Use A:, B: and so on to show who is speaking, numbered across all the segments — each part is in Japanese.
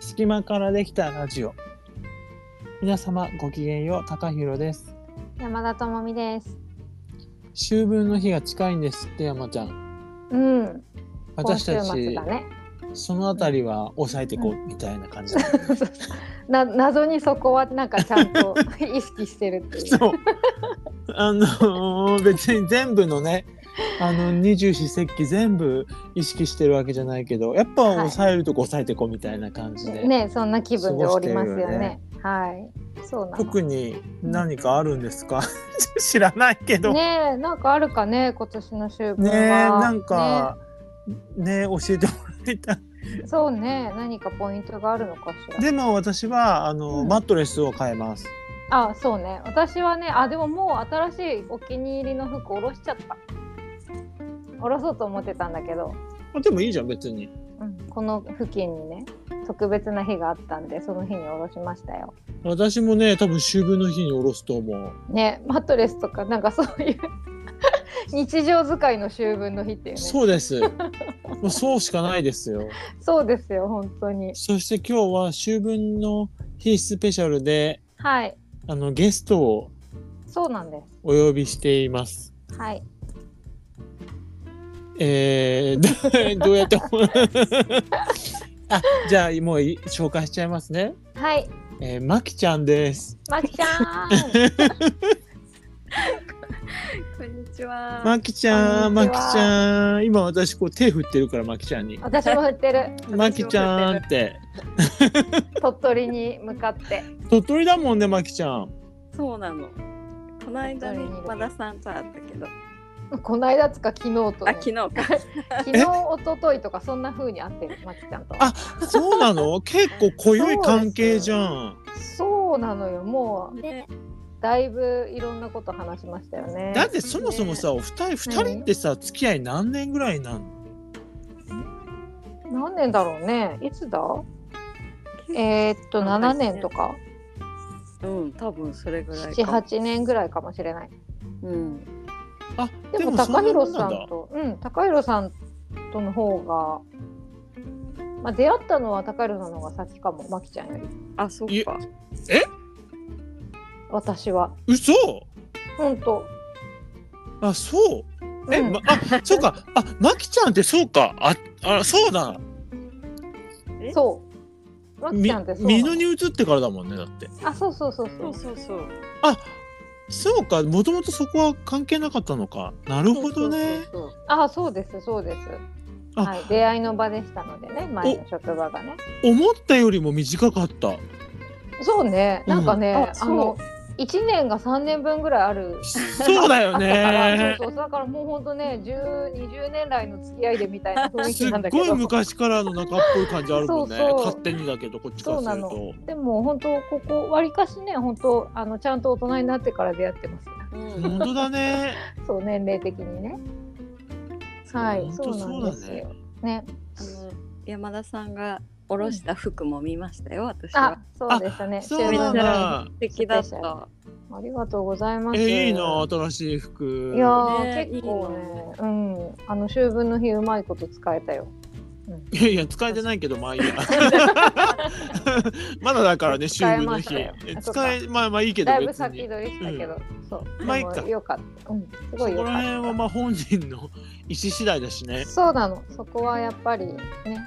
A: 隙間からできたラジオ皆様ごきげんよう高弘です
B: 山田智美です。
A: 秋分の日が近いんですって山ちゃん
B: うん。今
A: 私
B: 週
A: たち、
B: 末だね。
A: そのあたりは抑えていこうみたいな感じ、
B: な謎にそこはなんかちゃんと意識してるっていう。
A: そうあのー別に全部のねあの二十四節気全部意識してるわけじゃないけどやっぱ抑えるとこ抑えていこうみたいな感じで、
B: ね、そんな気分でおりますよね。はい。そうな
A: 特に何かあるんですか 知らないけど
B: の。ねえ、なんかあるかね、今年の秋分は。
A: ねえなんかね教えてもらいたい
B: ねえ。そうね、何かポイントがあるのかしら。
A: でも私はあの、
B: うん
A: マットレスを買えます
B: あ、そうね。私はね、あ、でももう新しいお気に入りの服おろしちゃった。おろそうと思ってたんだけど。
A: あでもいいじゃん別に
B: うんこの付近にね特別な日があったんでその日におろしましたよ。
A: 私もね多分秋分の日におろすと思う
B: ねマットレスとかなんかそういう 日常使いの秋分の日っていうねそ
A: そう
B: う
A: です もうそうしかないですよ
B: ですよ本当に
A: そして今日は秋分の日スペシャルで
B: はい
A: あのゲストを
B: そうなんで
A: お呼びしています
B: すはい
A: えー、 どどうやってあじゃあもうい紹介しちゃいますね
B: はい
A: えー、まきちゃんです。
B: まきち ゃん
C: こんにちは。
A: まきちゃん、
B: こん
A: ま
B: に
A: き
B: ちは
A: ちゃん、今私こう手振ってるから、まきちゃんに。
B: 私も振ってる
A: まきちゃんって。
B: 鳥取に向かって
A: 鳥取だもんね、まきちゃん。
C: そうなの。この間
B: 誰
C: ね、
B: に
C: 和田さんと会ったけど、
B: この間つか昨日と
C: あ、
B: ね、
C: 昨日か。
B: 昨日一昨日とかそんな風に会ってるまきちゃんと
A: あそうな の結構濃い関係じゃん。
B: そうなのよもう
C: ね
B: だいぶいろんなこと話しましたよね
A: だってそもそもさ、お二人、二人ってさ、付き合い何年ぐらいなの
B: 何年だろうねいつだえーっと7年とか
C: うん、多分それぐらいか。
B: 78年ぐらいかもしれない
C: うん。
A: あ、
B: でも
A: そ
B: 高
A: んなも
B: 弘
A: んな
B: さ
A: ん
B: ん
A: だ。
B: とうん高弘さんとの方がまあ出会ったのは高弘さんの方が先かもまきちゃんより
C: あ、そっ
A: いえ
C: か。
B: 私は
A: 嘘
B: ほんと
A: あ、そう。え、
B: うん
A: ま、あ、そうか。あ、まきちゃんってそうか。あ、あそうだ。
C: え
B: そうまき
A: み
B: ちゃんってそう
A: 美
B: なの
A: 濃に移ってからだもんね、だって。
B: あそうそうそう
C: そ
B: そう
C: うそうそう。
A: そうか、もともとそこは関係なかったのか。なるほどね。
C: そうそうそう。
B: あそうですそうです
A: あ
B: はい出会いの場でしたのでね前の職場がね
A: 思ったよりも短か った。
B: そうねなんかね、
C: あ、
B: あ
C: そ
B: の
C: う。
B: 1年が3年分ぐらいある
A: そうだよね。
B: そうそうだからもう本当ね10 20年来の付き合いでみたいな雰囲
A: す
B: 気
A: っ
B: なんだけ
A: ごい
B: ど
A: 昔からの仲っぽい感じあるもんね。
B: そうそう
A: 勝手にだけど、こっちからすると。
B: でも本当ここわりかしね本当あのちゃんと大人になってから出会ってます
C: うん
A: 本当だね。
B: そう年齢的にねはい
A: 本当
B: そうなんです
A: そうだ
B: よね
C: あの山田さんがおろした服も見ましたよ、私
B: あ
C: は。
B: そうで したね
A: そう
C: めっ
A: なん
C: ち
B: あ
C: ゃ
A: だ
C: 素。敵だっ
B: スペシャ
C: た。
B: りがとうございます
A: え、いいな、新しい服。
B: いやー
C: ね
B: 結構ね
C: い
B: う
C: い
B: んあの秋分の日うまいこと使えたよ
A: いやいや、使えてないけど、まあいいや。 まだだからね、秋
B: 使え
A: 分の
B: まし
A: 日
B: たよ。
A: 使え、まあまあいいけど
B: だいぶ
A: 別
B: 先
A: に。
B: 取りしたけど、そう
A: まあいいか
B: でもよかったうんす
A: そ
B: ごいよ
A: こ
B: からっ
A: 辺
B: た
A: はまあ本人の意思次第だしね。
B: そうなの。そこはやっぱりね。
A: え、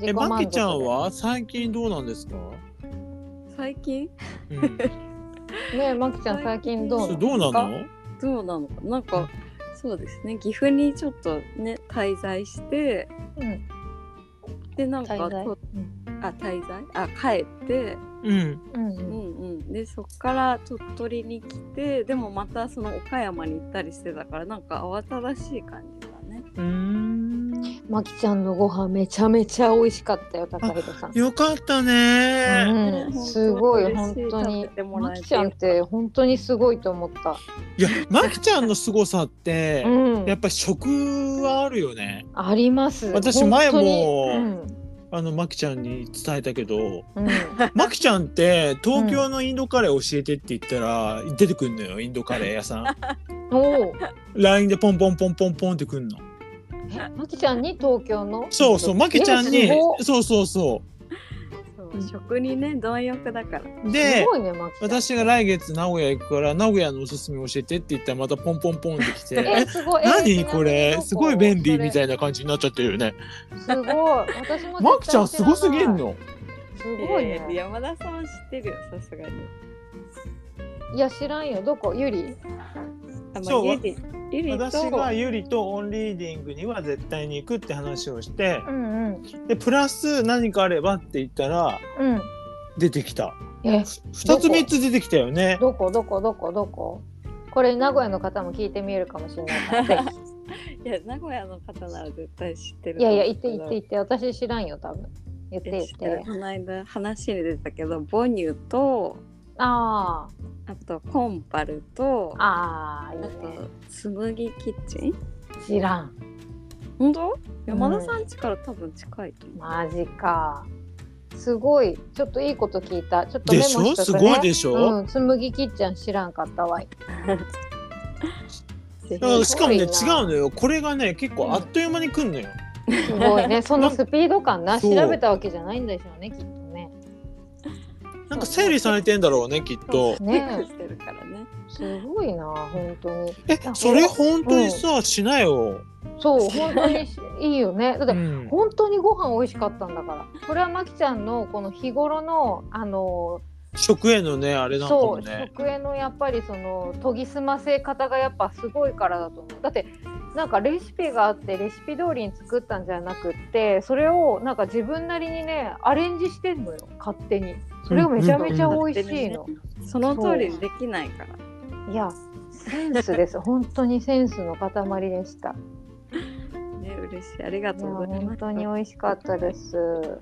B: 自己満足
A: まきちゃん
B: で
A: は最近どうなんですか。
C: 最近
A: うん
B: ねまきちゃん最近どう
A: それ
B: の
A: どうなの
C: どうなのかなんか、そうですね。岐阜にちょっとね、滞在して、
B: うん、
C: で、なんか、
B: 滞在
C: と
B: うん
C: あ、滞在あ、帰って、
A: うん
B: うん
C: う
B: うん
C: んうん、でそっから鳥取に来てでもまたその岡山に行ったりしてたからなんか慌ただしい感じだね。
A: うーん
B: まきちゃんのご飯めちゃめちゃ美味しかったよ、高弘さん。
A: よかった
B: う
A: ね、
B: ん、すごい
C: 嬉
B: 本
C: しい
B: 当に
C: 食べても
B: ま
C: らえ
B: き
C: て
B: ちゃんって本当にすごいと思った。
A: いやまきちゃんの凄さって、
B: うん
A: や、っぱ食はあるよね
B: あります。
A: 私前も
B: 本
A: あのまきちゃんに伝えたけど
B: 当にうん うん
A: まきちゃんって東京のインドカレー教えてって言ったら、出てくんのよインドカレー屋さん
B: おう
A: LINE でポンポンポンポンポンってくんの
B: えまきちゃんに東京の
A: そうそうまきちゃんに
B: えす
A: そ
B: ごっ
A: うそうそ
C: そう食にね貪欲だから
B: す
A: で
B: ごいね、マキちゃん。
A: 私が来月名古屋行くから名古屋のおすすめ教えてって言ったらまたポンポンポンってきて
B: え、
A: え
B: すごい。え
A: 何これすごい便利みた
B: い
A: いな感じになっちゃってるよね
B: な。すごい。私も。
A: マキちゃんすごすぎん。の
B: すごいね。
C: えー山田さんは知ってるよさすがに
B: いや、知らんよ。どこゆり
C: あまあ
A: そう
C: ゆりゆりと
A: 私がゆりとオンリーディングには絶対に行くって話をして
B: うんうん。
A: でプラス何かあればって言ったら
B: うん。
A: 出てきた
B: え、
A: 2つ
B: どこ
A: 3つ出てきたよね
B: どこどこどこどここれ、名古屋の方も聞いてみえるかもしれ ないからぜひ。
C: いや名古屋の方なら絶対知ってる
B: いやいや、
C: と
B: 行って
C: 思
B: 行
C: う
B: っ
C: け
B: て
C: ど
B: 行って。私知らんよ、多分。言って言っ
C: 知ってる
B: て。
C: この間話に出たけど母乳と
B: あ
C: あとコンパルと
B: あ。ああ、いい
C: あ
B: ね。
C: と紬キッチン
B: 知らん。
C: 本当山田さん家から多分近いと思う、
B: マジか。すごい。ちょっといいこと聞いた。ちょっとメ
A: で
B: モ
A: し
B: し
A: ょ
B: と
A: す
B: くね。
A: ごいでしょ、
B: うん、つむぎきっちゃん知らんかったわい。
C: ぜ
A: うん しかもね違う
B: すごいな
A: のよこれがね結構あっという間に来んのよ、
B: す ごいね、そのスピード感な、
A: そう
B: 調べたわけじゃないんでしょうね、きっとね。
A: なんか整理されてんだろうねきっと
C: ひ
B: ねえ
C: チェックしてるからね
B: すごいな、本当に。
A: えそれ本当にさ、しなよ、
B: そう、本 当にしいいよね。だっ
A: う
B: て、
A: ん、
B: 本当にご飯美味しかったんだから。これはまきちゃんのこの日頃の、あの、
A: 食へのねあれなんか
B: そ
A: も
B: う、
A: ね
B: 食へのやっぱりその研ぎ澄ませ方がやっぱすごいからだと思う。だってなんかレシピがあってレシピ通りに作ったんじゃなくってそれをなんか自分なりにねアレンジしてんのよ勝手にそれがめちゃめちゃ美味しいの、
C: その通りにできないから
B: いやセンスです 本当にセンスの塊でした
C: ね嬉しいありが
B: い
C: と
B: や
C: うございま
B: 本
C: す
B: 当に美味しかったです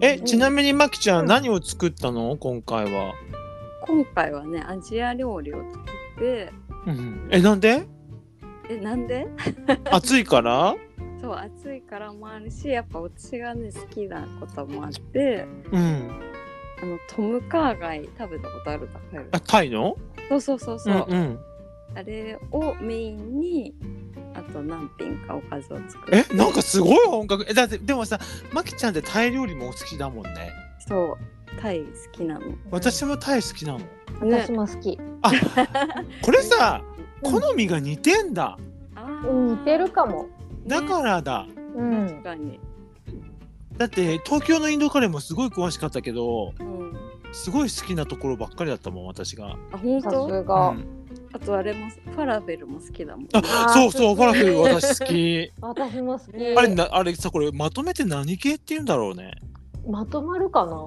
A: えちなみにまきちゃん、
B: うん
A: 何を作ったの今回は、
C: 今回はねアジア料理を作って
A: うん、えなんで
C: えなんで
A: 暑いから
C: そう暑いからもあるしやっぱ私がね好きなこともあって
A: うん
C: あのトムカーガイ食べたことある高い
A: あタイの
C: そうそうそうそう、
A: んうん、
C: あれをメインにあと何品かおかずを作る
A: えなんかすごい本格えだってでもさまきちゃんってタイ料理もお好きだもんね
C: そうタイ好きなの
A: 私もタイ好きなの
C: ね
B: 私も好き、
A: これさ
B: うん
A: 好みが似てんだ
C: あー
B: うん、似てるかも
A: だか、らだ
B: う
C: ね
B: ん
C: 確かに、
A: だって東京のインドカレーもすごい詳しかったけど
C: うん、
A: すごい好きなところばっかりだったもん私が、
C: あ本
B: さ
C: 当
B: すが、
A: うん
C: あとあれもファラフェルも好きだもん
A: あ
B: ー
A: そうそう
B: す
A: フ
B: ご
A: ァ
B: い
A: ラフェル私 好き
B: 私も好き
C: ねえ
A: あれなあれさこれまとめて何系って言うんだろうね
B: まとまるかな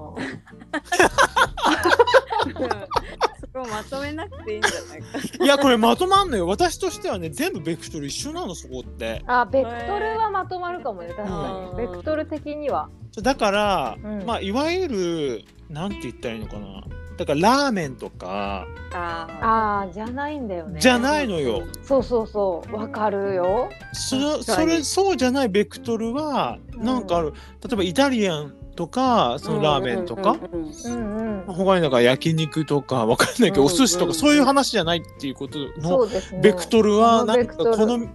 C: そこまとめなくていいんじゃないか
A: いやこれまとまんのよ私としてはね全部ベクトル一緒なのそこって
B: あベクトルはまとまるかもね確かにベ
C: うん
B: クトル的には
A: だから、
B: うん
A: まあいわゆるなんて言ったらいいのかなだからラーメンとか
C: あ
B: ああじゃないんだよね
A: じゃないのよ、
B: そうそうそうわかるよ
A: そ
C: 確か
A: そ
C: に
A: れそうじゃないベクトルは
B: うん
A: なんかある、例えばイタリアンとかそのラーメンとか、
C: うんうんうん
B: うんうん
A: 他になんか焼肉とかわかんないけど、
C: うん
A: お寿司と
C: うん
A: かそういう話じゃないっていうこと
B: そ
A: の
B: うですね
A: ベクトルは
B: この
A: な
B: ベ
A: ん
B: ク
A: か
B: トル
A: この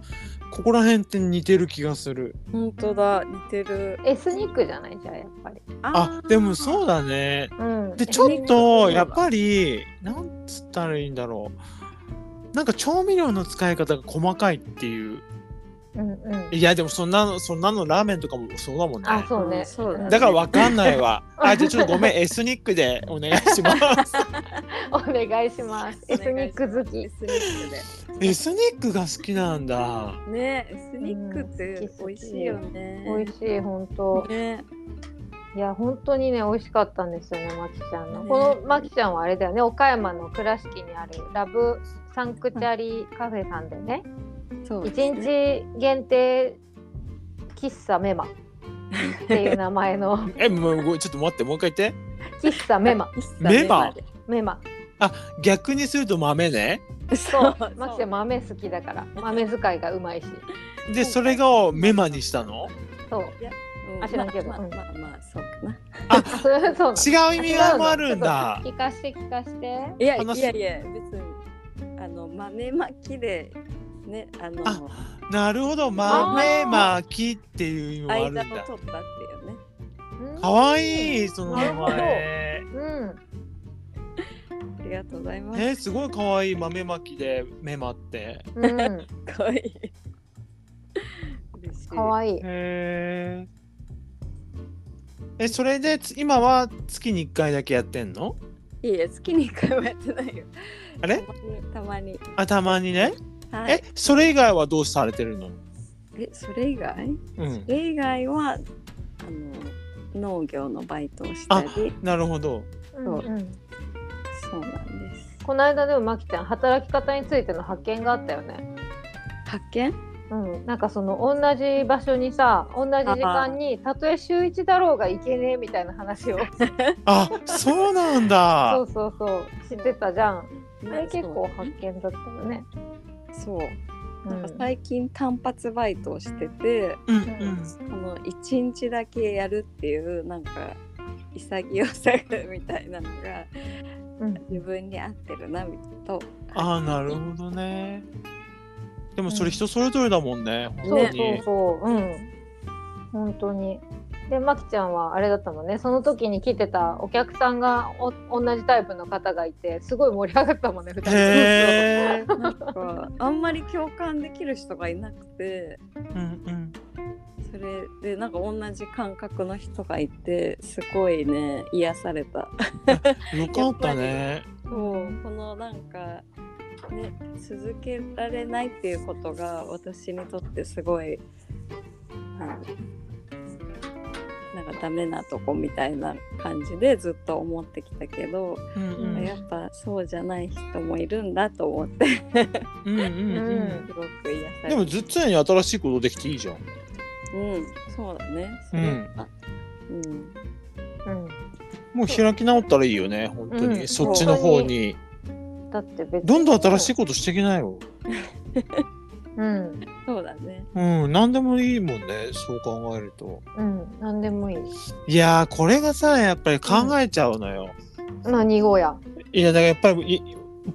A: ここら辺って似てる気がする
C: 本当だ似てる
B: エスニックじゃないじゃあやっぱり
A: あでもそううだね
B: うん
A: でちょっとやっぱりなんつったらいいんだろうなんか調味料の使い方が細かいっていう
B: うんうん
A: いやでもそんなのそんなのラーメンとかもそうだもんね
B: あそうね
C: そうだね
A: だからわかんないわあじゃあちょっとごめんエスニックでお願いします
B: お願いしますエスニック好き
C: エスニックで
A: エスニックが好きなんだ
C: ねエスニックって
B: うん好き好き
C: 美味しいよね。
B: 美味しい本当
C: ね
B: いや本当にね美味しかったんですよねまきちゃんの、
C: ね
B: このまきちゃんはあれだよね岡山の倉敷にあるラブサンクチャリカフェさんでね
C: そうですね
B: 1日限定喫茶メマっていう名前 の
A: えもうごちょっと待ってもう一回言って
B: 喫茶メマ
A: メマ
B: メマ
A: 逆にすると豆ね
B: そう
C: そう
B: まきちゃん豆好きだから豆使いがうまいし
A: でそれをメマにしたの
B: そう
C: うん
B: あ知らんけど
C: まあ
B: うん
C: まあまあまあそうかな。
B: それそうなの
A: 違う意味合いもあるんだ
B: 聞かして聞かして
C: いや
A: 話
C: いやいや別にあの豆巻きでねあの
A: あなるほど豆まきっていう意味もあるん
C: 間を
A: だ
C: 取ったっていうね。
B: うーん
A: 可愛いその名前。
B: うん
C: ありがとうございます。
A: えすごい可愛い豆まきで目まって。
B: うん
C: かわいい。嬉しい。
B: 可愛い
A: へえ。えそれでつ今は月に一回だけやってんの？
C: いいえ、月に一回もやってないよ。
A: あれ
C: たまに。
A: あたまにね。
C: たまには
A: え
C: い。
A: それ以外はどうされてるの？
C: え、それ以外
A: うん
C: そ。れ以外は、あの、農業のバイトをしたり、
A: なるほど。
B: うんうん
C: そうなんです。
B: この間でもまきちゃん働き方についての発見があったよね。
C: 発見
B: うん、なんかその同じ場所にさ同じ時間にたとえ週一だろうがいけねえみたいな話を
A: あそうなんだ。
B: そうそうそう知ってたじゃん。あれ結構
C: そう
B: 発見だったよね。
C: そ
B: う
C: う。なんか
B: ん
C: 最近単発バイトをしてて、
A: うん
B: うん
C: その一日だけやるっていう、なんか、潔さみたいなのが
B: うん
C: 自分に合ってるなと
A: ああなるほどね。でもそれ人それぞれだもんね。
B: そ
A: 本当
B: うそう
A: に。
B: そう、うん、本当に。で、まきちゃんはあれだったもんね、その時に来てたお客さんがお同じタイプの方がいて、すごい盛り上がったもんね、二人
A: へえ。
C: なんかあんまり共感できる人がいなくて
A: うんうん。
C: それでなんか同じ感覚の人がいてすごいね癒された
A: よかったね。
C: そうこのなんかね続けられないっていうことが私にとってすごい、うんなんかダメなとこみたいな感じでずっと思ってきたけど、
A: うん
B: う
C: やっぱそうじゃない人もいるんだと思ってす
A: うんうん
B: う
A: うん
B: ん。
C: ごく癒された。
A: でもずっつに新しいことできていいじゃん。
C: うん、そうだね。そ
A: うん
C: れはうん。
A: もう開き直ったらいいよね、本当に。
B: うん
A: そっちの方に。
B: うん、だって別に
A: どんどん新しいことしていけないよ。
B: うん、
C: そうだね。
A: うん、何でもいいもんね、そう考えると。
B: うん、なんでもいい。
A: いやー、これがさ、やっぱり考えちゃうのよ。
B: まあ、二号や。
A: いや、だからやっぱり、い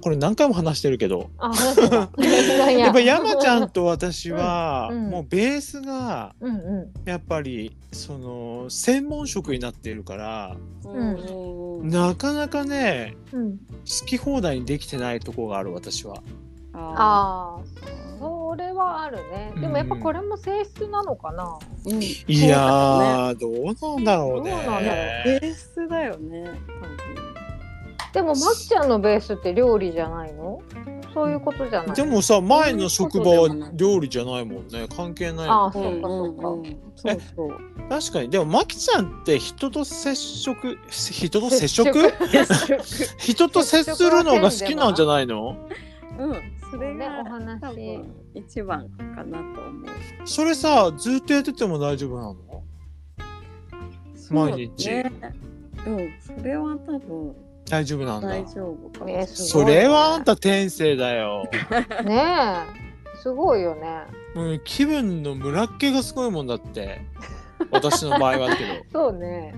A: これ何回も話してるけど、
B: あ、話して た
A: やっぱり山ちゃん。と私は、
B: うんうん
A: もうベースが、
B: うんう
A: やっぱり、その、専門職になっているから、
B: うん
C: うんうん。
A: なかなかね、
B: ん、うん、
A: 好き放題にできてないとこがある、私は。
C: あ
B: ああ、それはあるね。でもやっぱこれも性質なのかな。
C: あ。うん。
A: いやー、どうなんだろうね。
B: どうなんだろ
C: ベースだよね。
B: でもまきちゃんのベースって料理じゃないのそういうことじゃない
A: でもさ前の職場
C: そういうことでもな
A: はい料理じゃないもんね関係ない
B: ああ
C: 多
B: そう
C: 分
B: かそうか、
C: うんうんうんそうそう。
A: 確かにでもマキちゃんって人と接触人と接触
B: 接触
A: 人と接するのが好きなんじゃないの
C: うん。それ
B: ね
C: が
B: お話
C: 多分一番かなと思う。
A: それさずっとやってても大丈夫なの毎日
C: そうだねうん。それは多分
A: 大丈夫なんだ
C: 大丈夫かもしれない。
B: ねすご
A: そ
B: いね
A: れはあんた天性だよ、
B: ねえすごいよね
A: うん、気分のムラっ気がすごいもんだって私の場合はだけど
B: そうね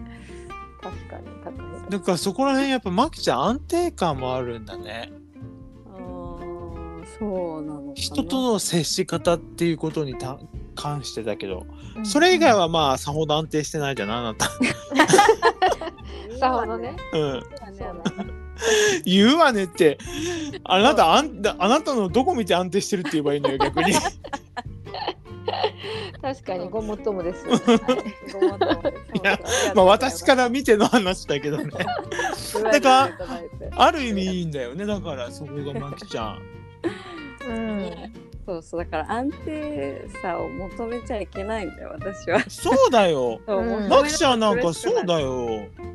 B: 確かに確か に
A: だからそこら辺やっぱマキちゃん安定感もあるんだね
C: あーそうなのかな。
A: 人との接し方っていうことにた関してだけど
B: うん
A: それ以外はまあさほど安定してないじゃんあなた。
B: さほどね
A: うん、
C: そう
B: そ
C: だね。
B: うだね
A: 言うわねってあなたあんあなたのどこ見て安定してるって言えばいいのよ逆 に。
B: 確かにごもっともです、はい
C: ごもっともです
A: いやまあ私から見ての話だけど ねだからある意味いいんだよねだからそこがまきちゃん。
B: うん、
C: そうそうだから安定さを求めちゃいけないんだよ私は。
A: そうだよ
C: そう
B: うん
A: まきちゃんなんかそうだよ。
C: そうそう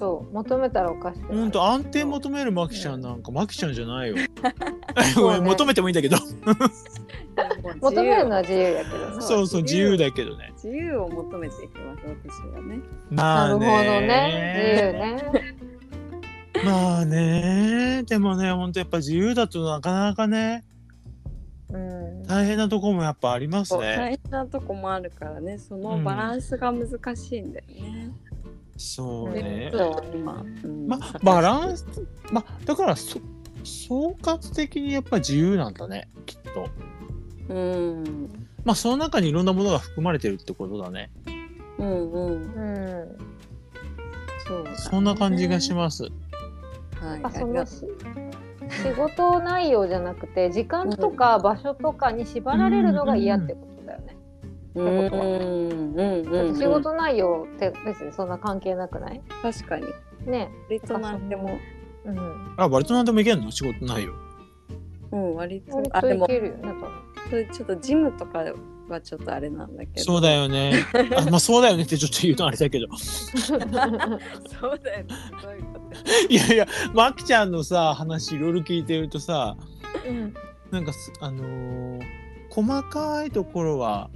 B: そう求めたらおかしくなる
A: ほんと安定求めるまきちゃんなんかまきちゃんじゃ ないよ。
B: う
A: ご
B: ね
A: めん求めてもいいんだけど
B: 求めるのは自由やけどね
A: そうそう自由だけどね。
C: 自由を求めていきます私はね。
A: ま
B: な
A: あ
B: るほどね自由ね
A: まあねでもねほんとやっぱ自由だとなかなかね
B: うん
A: 大変なとこもやっぱあります
C: そう
A: ね。
C: 大変なとこもあるからねそのバランスが難しいんだよね。
A: そうね
B: う。ん
C: そう今、うん
A: まあバランスまあだからそ総括的にやっぱ自由なんだねきっと。
C: うん
A: まあその中にいろんなものが含まれてるってことだね。
C: うんうん
B: うん
C: そうだね
A: そんな感じがします。
C: はい、
B: あそ
C: り
B: の
C: が
B: し
C: とう
B: 仕事内容じゃなくて時間とか場所とかに縛られるのが嫌ってことだよね。
C: うーんうん
B: だ
C: う
B: っ
C: ん
B: て仕事内容って別にそんな関係なくない
C: 確かに
B: ね、
C: 割となんでも
B: うん、
A: あ、割と何でもいけんの仕事ないよ。
C: うん割と
B: 割
C: あで
B: とい
C: も
B: けるよね。
C: それちょっとジムとかはちょっとあれなんだけど
A: そうだよね。あ、まあそうだよねってちょっと言うとあれだけど。
B: 多分
C: そうだよねすごいこと
A: いやいや、まきちゃんのさ、話いろいろ聞いてるとさ、
B: うん
A: なんかす、あのー細かいところは、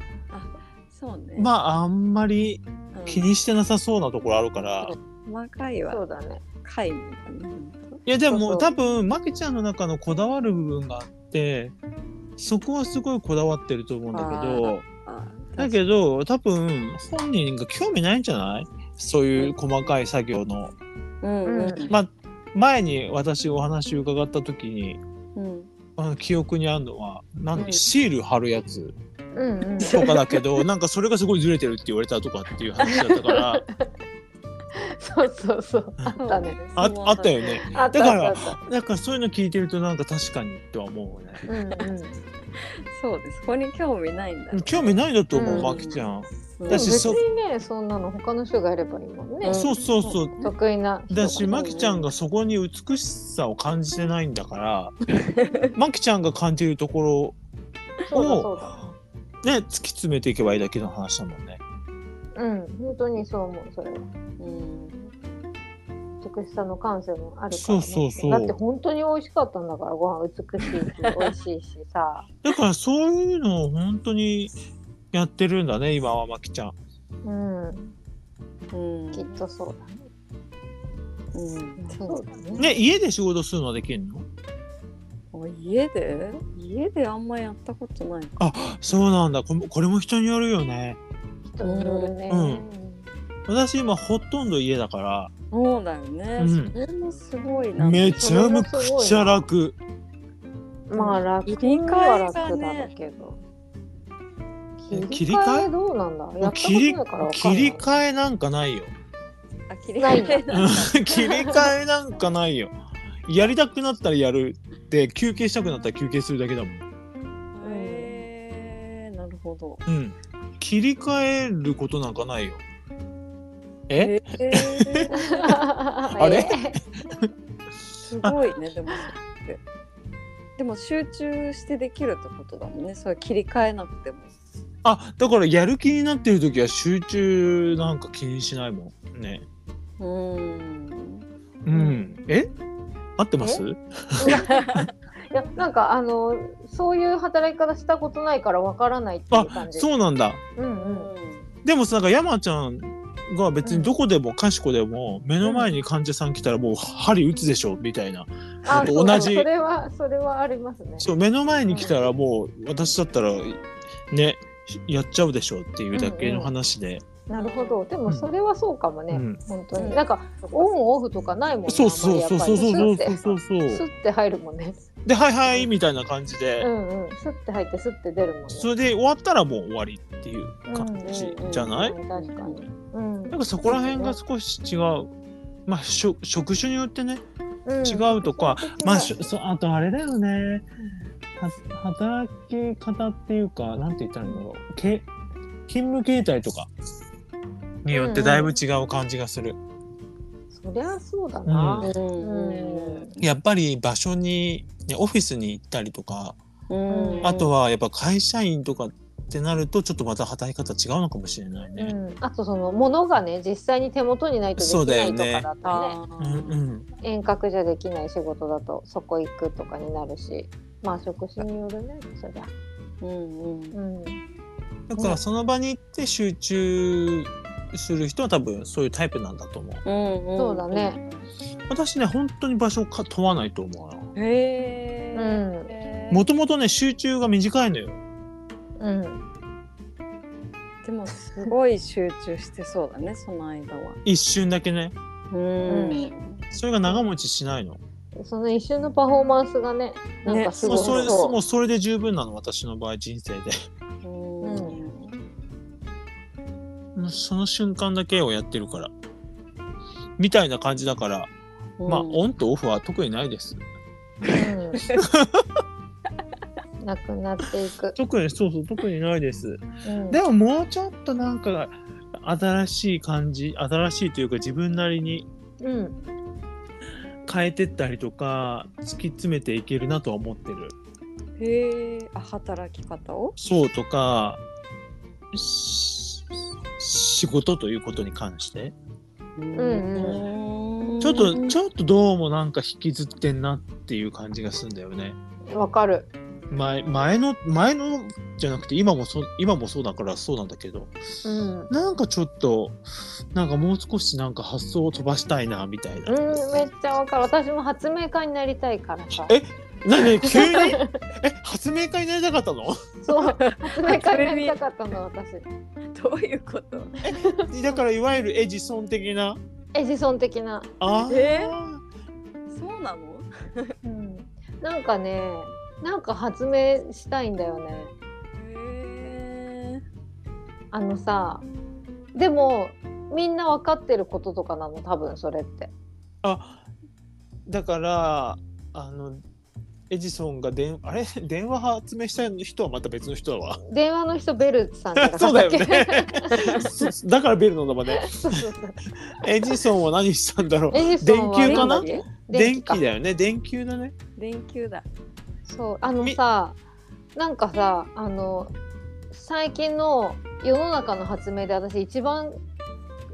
C: そうね
A: まああんまり
C: うん
A: 気にしてなさそうなところあるから。
C: 細かい
B: そ
C: は
B: うだね。
C: 皆無だねほんと
A: いやで
B: そうそ
A: も
B: う
A: 多分まきちゃんの中のこだわる部分があってそこはすごいこだわってると思うんだけど
C: あ
A: だけど多分本人が興味ないんじゃないそういう細かい作業の。
C: うんうん
B: うん
A: まあ前に私お話伺った時に
C: うん
A: あの記憶にあるのはなん
C: うん
A: シール貼るやつ
B: う んうん。
A: とかだけどなんかそれがすごいずれてるって言われたとかっていう話だったから
B: そうそうそう。あったね。
A: ああった よね。
B: あった
A: だから
B: あったあっ
A: なんかそういうの聞いてるとなんか確かにとは思うね。
B: た。うんうん。
C: そうですそこに興味ないんだろう
A: 興味ないんだと思
B: う
A: うんまきちゃん。
C: うん
A: だ
B: でも
A: し
B: 別
A: そ
B: にねそんなの他の人がやればいいもんね
C: うん。
A: そうそうそう
B: 得意な人が。
A: だし、まきちゃんがそこに美しさを感じてないんだ から、まきちゃんが感じるところ
B: そうだそう
A: を
B: だ。、
A: ね、突き詰めていけばいいだけの話だもんね。
B: うん本当にそう思うそれは。
C: うん
B: 美しさの感性もあるから、ね、
A: そうそうそう
B: だって本当に美味しかったんだからご飯美しいし美味しいしさ、
A: だからそういうのを本当にやってるんだね、今はまきちゃん。
B: うん、
C: うん
B: きっとそうだね
C: うん
B: そうだね
A: ね、家で仕事するのはできるの
C: あ家で家であんまやったことない
A: そうなんだこ。これも人によるよね。
B: 人によるね、
A: うん私今ほとんど家だか
C: そうだよね、
A: うん
C: それもすごい
A: ら、
C: な
A: めちゃめくちゃ楽。
B: まあ楽には楽だろうけど
A: 切
B: 切
A: り
B: り
A: 替え
B: 替えどうなんだやったこと
A: 切り
B: ないからわかん
A: 切
B: ない
A: り替えなんかないよ。
C: あ切り替えだ
A: うん切り替えなんかないよ。やりたくなったらやるで休憩したくなったら休憩するだけだもん。
C: へえなるほど
A: うん。切り替えることなんかないよ。え
C: へえ
A: あれ
C: すごいねでもそれってでも集中してできるってことだもんねそれ切り替えなくても
A: あだからやる気になってる時は集中なんか気にしないもんね。
C: うーん
A: うん。え合ってます
B: いやなんかあのそういう働き方したことないからわからないっていう
A: あ
B: 感じ
A: そうなんだ。
B: う
C: うん
B: うん
C: ん
A: でもさなんか山ちゃんが別にどこでもかしこでも目の前に患者さん来たらもう針打つでしょみたいな。
B: あそう
A: 同じ
B: それはそれはありますね。
A: そう目の前に来たらもう私だったらねやっちゃうでしょうっていうだけの話で、
B: なるほど。で
A: うん
B: もそれはそうかもね。
A: うん
B: 本当に、
C: うん
B: なんかオンオフとかないもんね。
A: そうそうそうそうそうそうそうそう
B: あんまりやっぱりスッてスッて入るもんね。
A: で「はいはい」みたいな感じで、
B: うんうん。スッて入ってスッて出るもんね。
A: それで終わったらもう終わりっていう感じじゃない、
B: うんうん確かに。うん。
A: なんかそこら辺が少し違うまあしょ職種によってね
B: うん
A: 違うとか、まあし
B: そ
A: ょそうあとあれだよねは働き方っていうかなんて言ったらいいんだろうけ勤務形態とかによってだいぶ違う感じがする。
B: りゃそうだな。
A: う
C: うん
A: やっぱり場所に、ね、オフィスに行ったりとか、
C: うん
A: あとはやっぱ会社員とかってなるとちょっとまた働き方違うのかもしれないね。
B: うんあとそのものがね実際に手元にないとできないとかだとね
C: あ
A: うん
C: ー
A: うん
B: 遠隔じゃできない仕事だとそこ行くとかになるしまあ職種によるねそりゃ、
C: うんうん
B: うん、
A: だからその場に行って集中する人は多分そういうタイプなんだと思う。
C: うんうん
B: そうだね
A: 私ね本当に場所をか問わないと思うな。
C: へえ
B: うん
A: もともとね集中が短いのよ。
B: うん、
C: でもすごい集中してそうだねその間は
A: 一瞬だけね。
C: うん
A: それが長持ちしないの。
B: その一瞬のパフォーマンスがね、なんかす
A: も
B: ご
A: う
B: い、
A: それ
B: そう
A: もうそれで十分なの私の場合人 生で。
C: うん
A: もうその瞬間だけをやってるから。みたいな感じだから、まあ
C: うん
A: オンとオフは特にないです
B: うん、 なくなっていく。
A: 特にそうそう特にないです
B: うん、
A: でももうちょっとなんか新しい感じ新しいというか自分なりに
B: うん、
A: 変えてったりとか突き詰めていけるなとは思ってる
C: へえ、あ、働き方を。
A: そうとかし仕事ということに関して
C: うん
B: う
A: ちょっとちょっとどうもなんか引きずってんなっていう感じがするんだよね
B: わかる。
A: 前前の前のじゃなくて今もそう今もそうだからそうなんだけど
B: うん、うん、
A: なんかちょっとなんかもう少しなんか発想を飛ばしたいなみたいな、
B: めっちゃわかる。私も発明家になりたいからさ。
A: え 何急にえ発明家になりたかったの
B: そう、発明家になりたかったの、私。
C: どういうこと。
A: だからいわゆるエジソン的な
B: エジソン的な。
A: あー
C: えそうなの。
B: うん、なんかね、なんか発明したいんだよね。
C: へえ。
B: あのさ、でも、みんなわかってることとかなの、多分それって。
A: あだからあのエジソンが電あれ電話発明した人はまた別の人だわ
B: 電話の人ベルさんじゃなかったっけ
A: そうだよねそだからベルの名前ね
B: そうそうそう
A: エジソンは何したんだろう
B: エジソン は
A: 電球かな
B: 電気
A: 電
B: か
A: 気だよね電球だね
C: 電球だ。
B: そうあのさなんかさあの最近の世の中の発明で私一番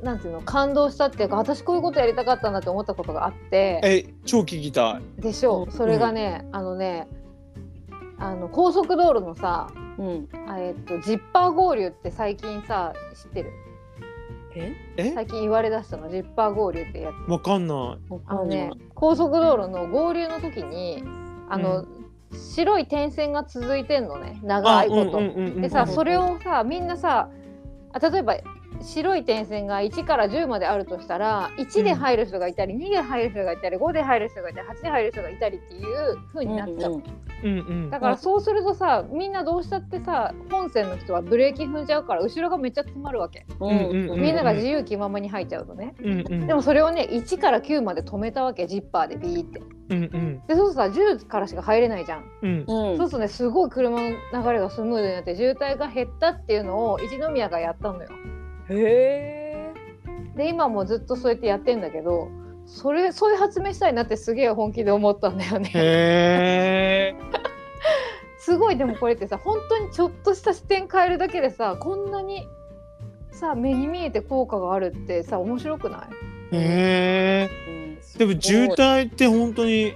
B: なんていうの感動したっていうか私こういうことやりたかったなって思ったことがあって
A: え超聞きたい
B: でしょうそれがね、あのねあの高速道路のさ
C: うん。
B: あえっとジッパー合流って最近さ知ってる
C: え。
A: え
B: 最近言われだしたのジッパー合流ってやつ
A: わかんな
C: わ
B: あ
C: か
B: の
C: んない
B: ね。高速道路の合流の時にあの、
A: う
B: 白い点線が続いてんのね
A: い
B: 長いこと。
A: あうんうんうんうん
B: でさそれをさみんなさあ例えば白い点線が1から10まであるとしたら1で入る人がいたり、2で入る人がいたり5で入る人がいたり8で入る人がいたりっていう風になっちゃう。
C: うんうん
A: うんうん
B: だからそうするとさみんなどうしたってさ本線の人はブレーキ踏んじゃうから後ろがめっちゃ詰まるわけ
A: うんうん
B: みんなが自由気ままに入っちゃうとね、
A: うんうん
B: でもそれをね1から9まで止めたわけジッパーでビーって
A: うんうん
B: でそうするとさ10からしか入れないじゃん
A: うん
C: うん
B: そうするとねすごい車の流れがスムーズになって渋滞が減ったっていうのを一宮がやったのよ
C: へえ。
B: で今もずっとそうやってやってんだけどそれそういう発明したいなってすげえ本気で思ったんだよね
A: へえ
B: すごいでもこれってさ本当にちょっとした視点変えるだけでさこんなにさ目に見えて効果があるってさ面白くない
A: へえ
C: うん
A: でも渋。滞って本当に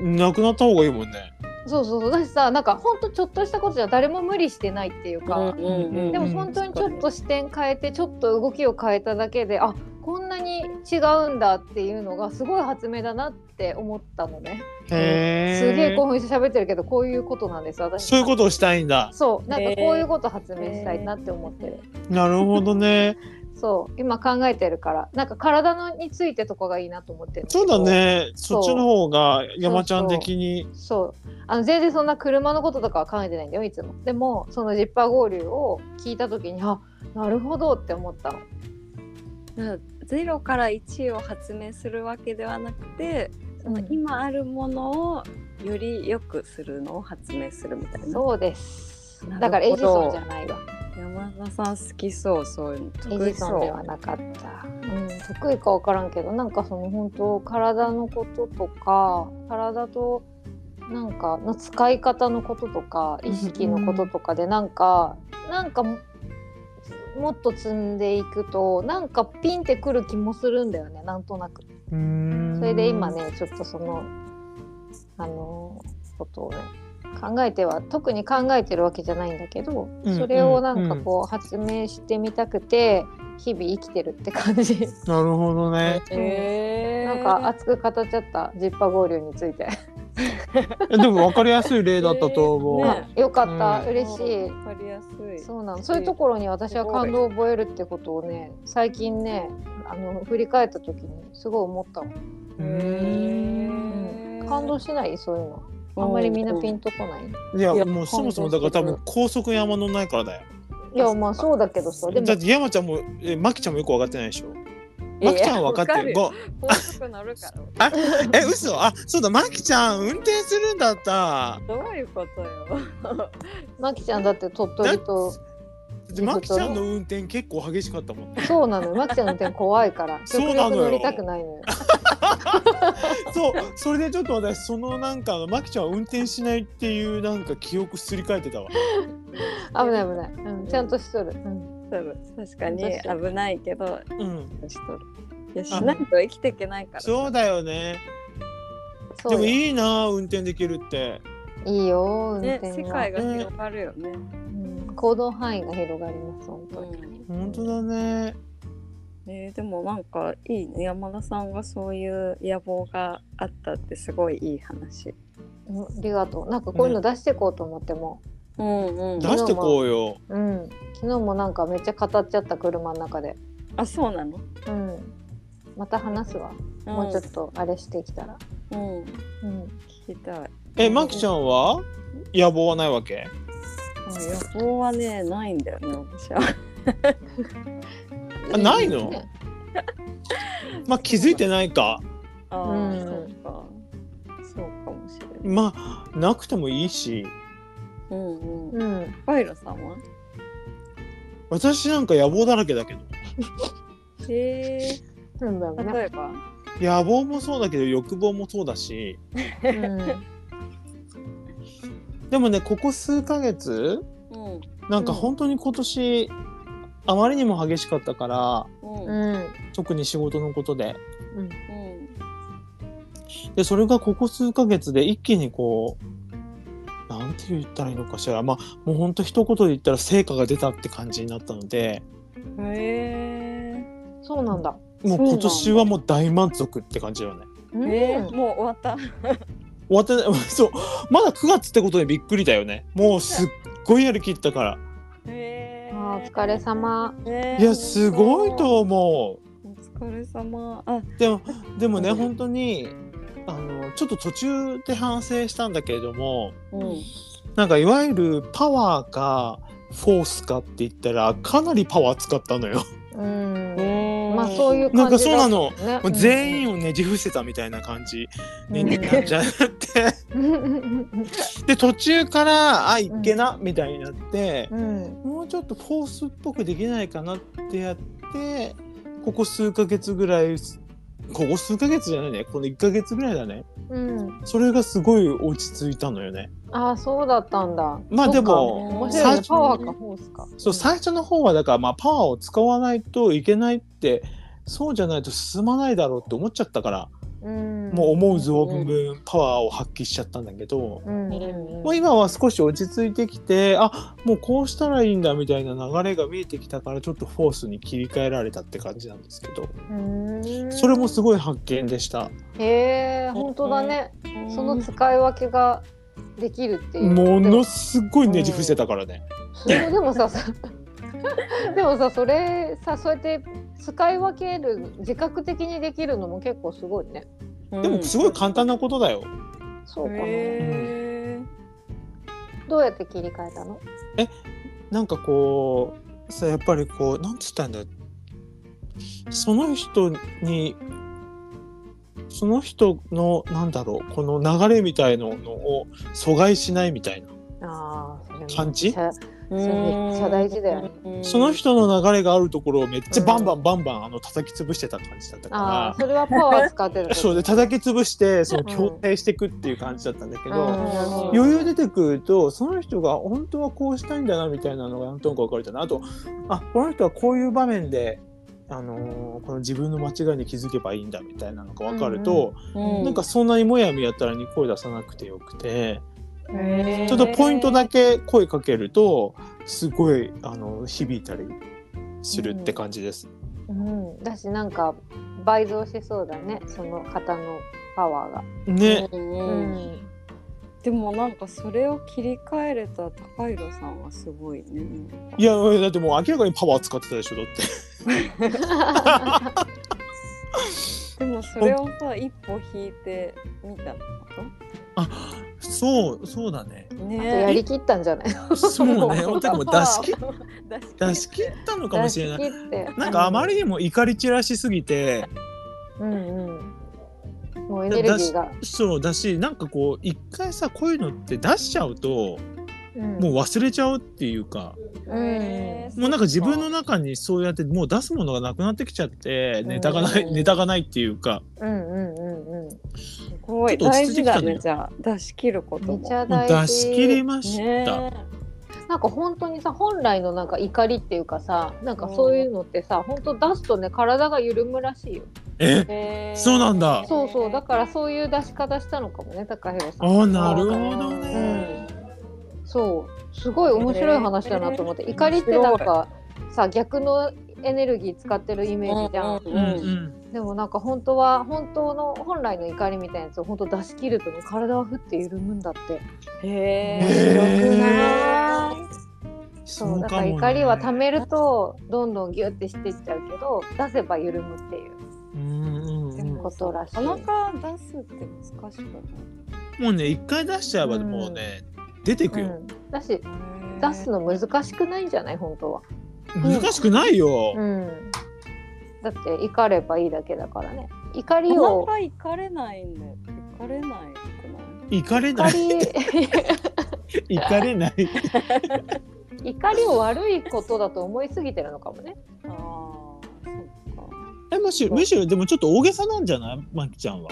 A: なくなった方がいいもんね
B: そうそうそうだしさなんかほんとちょっとしたことじゃ誰も無理してないっていうか、
C: うんうんうん。
B: でも
A: そ
B: 本当にちょっと視点変えてちょっと動きを変えただけであこんなに違うんだっていうのがすごい発明だなって思ったのね、
A: へえ
B: すげえ興奮して喋ってるけどこういうことなんです私
A: そういうことをしたいんだ
B: そうなんかこういうこと発明したいなって思ってる、
A: なるほどね
B: そう今考えてるからなんか体のについてとかがいいなと思ってるんけ
A: そうだ
B: ど
A: ね
B: そ
A: そうっちの方が山ちゃん的に
B: そうあの全然そんな車のこととかは考えてないんだよいつもでもそのジッパー合流を聞いた時にあなるほどって思ったの
C: なんかゼロから一を発明するわけではなくて、その
B: うん
C: 今あるものをより良くするのを発明するみたいな。
B: そうです
C: なるほど
B: だからエジソンじゃないわ
C: 山田さん好きそうそういうの得
B: エ
C: 意
B: ジソン
C: そ
B: では
C: う。
B: なかった、うん、得意か分からんけどなんかその本当体のこととか体となんかの使い方のこととか意識のこととかでなんか、なんかももっと積んでいくとなんかピンってくる気もするんだよねなんとなく
A: うーん
B: それで今ねちょっとそのあのことをね考えては特に考えてるわけじゃないんだけど、
A: うん
B: それをなんかこう発明してみたくて日々生きてるって感じ、
A: なるほどね
C: へえ。
B: なんか熱く語っちゃったジッパー合流について、
A: えでも分かりやすい例だったと思う、
C: ね
B: あ よかった、
A: うん
B: 嬉しい
C: わかりやすい。
B: そうなのそういうところに私は感動を覚えるってことをね最近ねあの振り返った時にすごい思ったの
A: う
B: ー感動
C: し。
B: しないそういうのあんまりみんなピンとこない、
A: んいや
C: いや
A: もうそもそもだから多分高速山のないからだよ
B: いやまあそうだけどさでも
A: だって山ちゃんもえまきちゃんもよく分かってないでしょマキちゃんは分かってる。
C: いや
A: ご
C: 高速乗る から。
A: え、嘘あ、そうだ、マキちゃん運転するんだった。
C: どういうことよ。
B: マキちゃんだって鳥取と
A: でマキちゃんの運転結構激しかったもん。
B: そうなのよマキちゃんの運転怖いから
A: そう
B: 極
A: な
B: 力
A: のよ
B: 乗りたくな いのよ
A: そう、それでちょっと私、そのなんか、マキちゃんは運転しないっていうなんか記憶すり替えてたわ。
B: 危ない危ない、うん、ちゃんとしとる、うん
C: 確かに
B: 確かに
C: 危ないけど、
A: うん。
C: しとる。いや、しないと生きていけないから。
A: そうだよね。
B: そ
A: で
B: うよ
A: もいいな、運転できるって。
B: いいよ運
C: ね、
B: 転は、
C: 世界が広がるよね。
B: うん、行動範囲が広がります本当に、
A: 本当だね。
C: えーでもなんかいいね山田さんがそういう野望があったってすごいいい話。
B: うん、ありがとうなんかこういうの出していこうと思っても、
C: うんうん
A: 出。してこうよ。
B: うん昨日もなんかめっちゃ語っちゃった車の中で
C: あそうなの。
B: うんまた話すわ、もうちょっとあれしてきたら
C: うん。うん
B: うん
C: 聞きたい。あ
A: え、マキちゃんは野望はないわけ
C: 野望はねないんだよね私は。
A: あないのまあ気づいてないか。
C: ああ、
B: うん
C: そうか。そうかもしれない。
A: まあ、なくてもいいし。
C: うんうん。
B: うん
C: パイロさんは？
A: 私なんか野望だらけだけど。
C: へえ。
B: うんだよね
C: 例えば？
A: 野望もそうだけど欲望もそうだし
B: う
A: でもねここ数ヶ月
C: うん
A: なんか本当に今年、あまりにも激しかったから
C: うん
B: ん
C: うん
B: うん
A: 特に仕事のことで
B: うん
A: でそれがここ数ヶ月で一気にこうなんて言ったらいいのかしらまあもう本当一言で言ったら成果が出たって感じになったので
C: へえ。
B: そうなんだ
A: もう今年はもう大満足って感じだよね。
B: うん
C: えー、もう終わった。
A: 終わってない そうまだ9月ってことでびっくりだよねもうすっごいやりきったから
C: へえ。
B: あーお疲れ様
C: ね
A: いやすごいと思う。
C: お疲れ様。あ、
A: でもでもね、
C: うん
A: 本当にあのちょっと途中で反省したんだけれども
C: うん。
A: なんかいわゆるパワーかフォースかって言ったらかなりパワー使ったのよ。
B: うん
C: ま
B: まあそういう
A: なん
B: 感
A: か
B: じ
A: そうなの、
B: だ
A: もう全
B: 員
A: 員をねじ伏せたみたいな感じに
B: うん
A: なっちゃってで途中からあいっけな、みたいになって
B: う、ん
A: もうちょっとフォースっぽくできないかなってやってここ数ヶ月ぐらいここ数ヶ月じゃないねこの1ヶ月ぐらいだね
B: うん
A: それがすごい落ち着いたのよね。
B: ああそうだったんだ
A: まあでも
B: 面白い
A: 最
B: ね
A: 初
B: パワーかホースか
A: そう最初の方はだからまあパワーを使わないといけないってそうじゃないと進まないだろうって思っちゃったから
B: うん
A: もう思う存分パワーを発揮しちゃったんだけど
B: うん
A: もう今は少し落ち着いてきてあもうこうしたらいいんだみたいな流れが見えてきたからちょっとフォースに切り替えられたって感じなんですけど
B: うん
A: それもすごい発見でした。
B: へえ本当だねその使い分けができるっていう
A: も
B: で
A: の
B: も
A: すごいねじ伏せたからね。
B: それ でもささ でもさそれさそうやって使い分ける自覚的にできるのも結構すごいね
A: でもすごい簡単なことだよ。
B: そうかな、
C: へ
B: どうやって切り替えたの
A: なんかこうさやっぱりこうなんつったんだろうその人にその人のなんだろうこの流れみたいののを阻害しないみたいな
B: ああそれめっちゃ
A: 感じ
C: え。
B: それめっちゃ大事だよ
C: ね
A: その。人の流れがあるところをめっちゃバンバンバンバンあの叩き潰してた感じだった
B: ああ
A: か
B: それはパワー使ってる
A: らそうで叩き潰してその
B: ん
A: 強制していくっていう感じだったんだけ
B: う
A: ど
B: ん
A: 余裕出てくるとその人が本当はこうしたいんだなみたいなのがなんとなく分かるじゃないあとあこの人はこういう場面で、あのーこの自分の間違いに気づけばいいんだみたいなのが分かると、
B: うん
A: なんかそんなにもやもやったらに声出さなくてよくて、
C: へー
A: ちょっとポイントだけ声かけるとすごい、あの響いたりするって感じです。
B: うん、だしなんか倍増しそうだねその方のパワーが。
A: ね、
B: う
C: うん でもなんかそれを切り替えれた高弘さんはすごいね。
A: いやだってもう明らかにパワー使ってたでしょだって。
C: でもそれをさ一歩引いてみたのか
A: あそうそうだ ね
B: や
C: ね
B: りきったんじゃない
A: そう ね
B: もう
A: 本当にもう出し切っ出
C: 出
A: し
C: し
A: 切
C: 切
A: っ
C: った
A: のかもしれない
B: 出し切って
A: なんかあまりにも怒り散らしすぎて
B: うんうんもうエネルギーが、
A: そうだしなんかこう一回さこういうのって出しちゃうと
B: うん
A: もう忘れちゃうっていうか
B: うん
A: もうなんか自分の中にそうやってもう出すものがなくなってきちゃってネタがない
C: うん
A: ネタがないっていうか
B: うんうんうんうん
C: すごい
A: ちょっと落
C: 大
A: ち着いてき
C: 事
A: た
C: だ
A: のよ
C: ねじゃあ出し切ること
B: めち
C: も。
B: ゃ
A: も
B: 大
A: う
B: 事
A: 出し切りました、
C: ね
B: なんか本当にさ本来のなんか怒りっていうかさなんかそういうのってさ本当出すとね体が緩むらしいよ
A: え
C: え
A: そうなんだ
B: そうそうだかららそういう出し方したのかもね高弘さん
A: あなるほどね
B: そうすごい面白い話だなと思って怒りってなんかさ逆のエネルギー使ってるイメージじゃん、
C: う
A: うんん
C: う
A: うんん
B: でもなんか本当は本当の本来の怒りみたいなやつを本当出し切るとね体はふって緩むんだって
C: へ
A: へ
C: え。
B: そうだ
A: か
B: から
A: もね
B: 怒りは溜めるとどんどんギュってしていっちゃうけど出せば緩むっていう
A: うんうんうんも
B: ことらしい
C: なかなか出すって難しくないう
A: ね一回出しちゃえば
B: うん
A: もうね、出てく
B: う
A: よ、
B: ん、だし出すの難しくないんじゃない本当は、
C: ん
A: 難しくないよ、
B: うん、だって怒ればいいだけだからね怒り
C: お
B: を
C: 腹行かれないんだよ。行かれないくない。
A: 怒れ
B: 怒
A: ない
B: り
A: 怒れない
B: 怒りを悪いことだと思いすぎてるのかもね
C: ああ、そうか。
A: えむしろむしろでもちょっと大げさなんじゃないまきちゃんは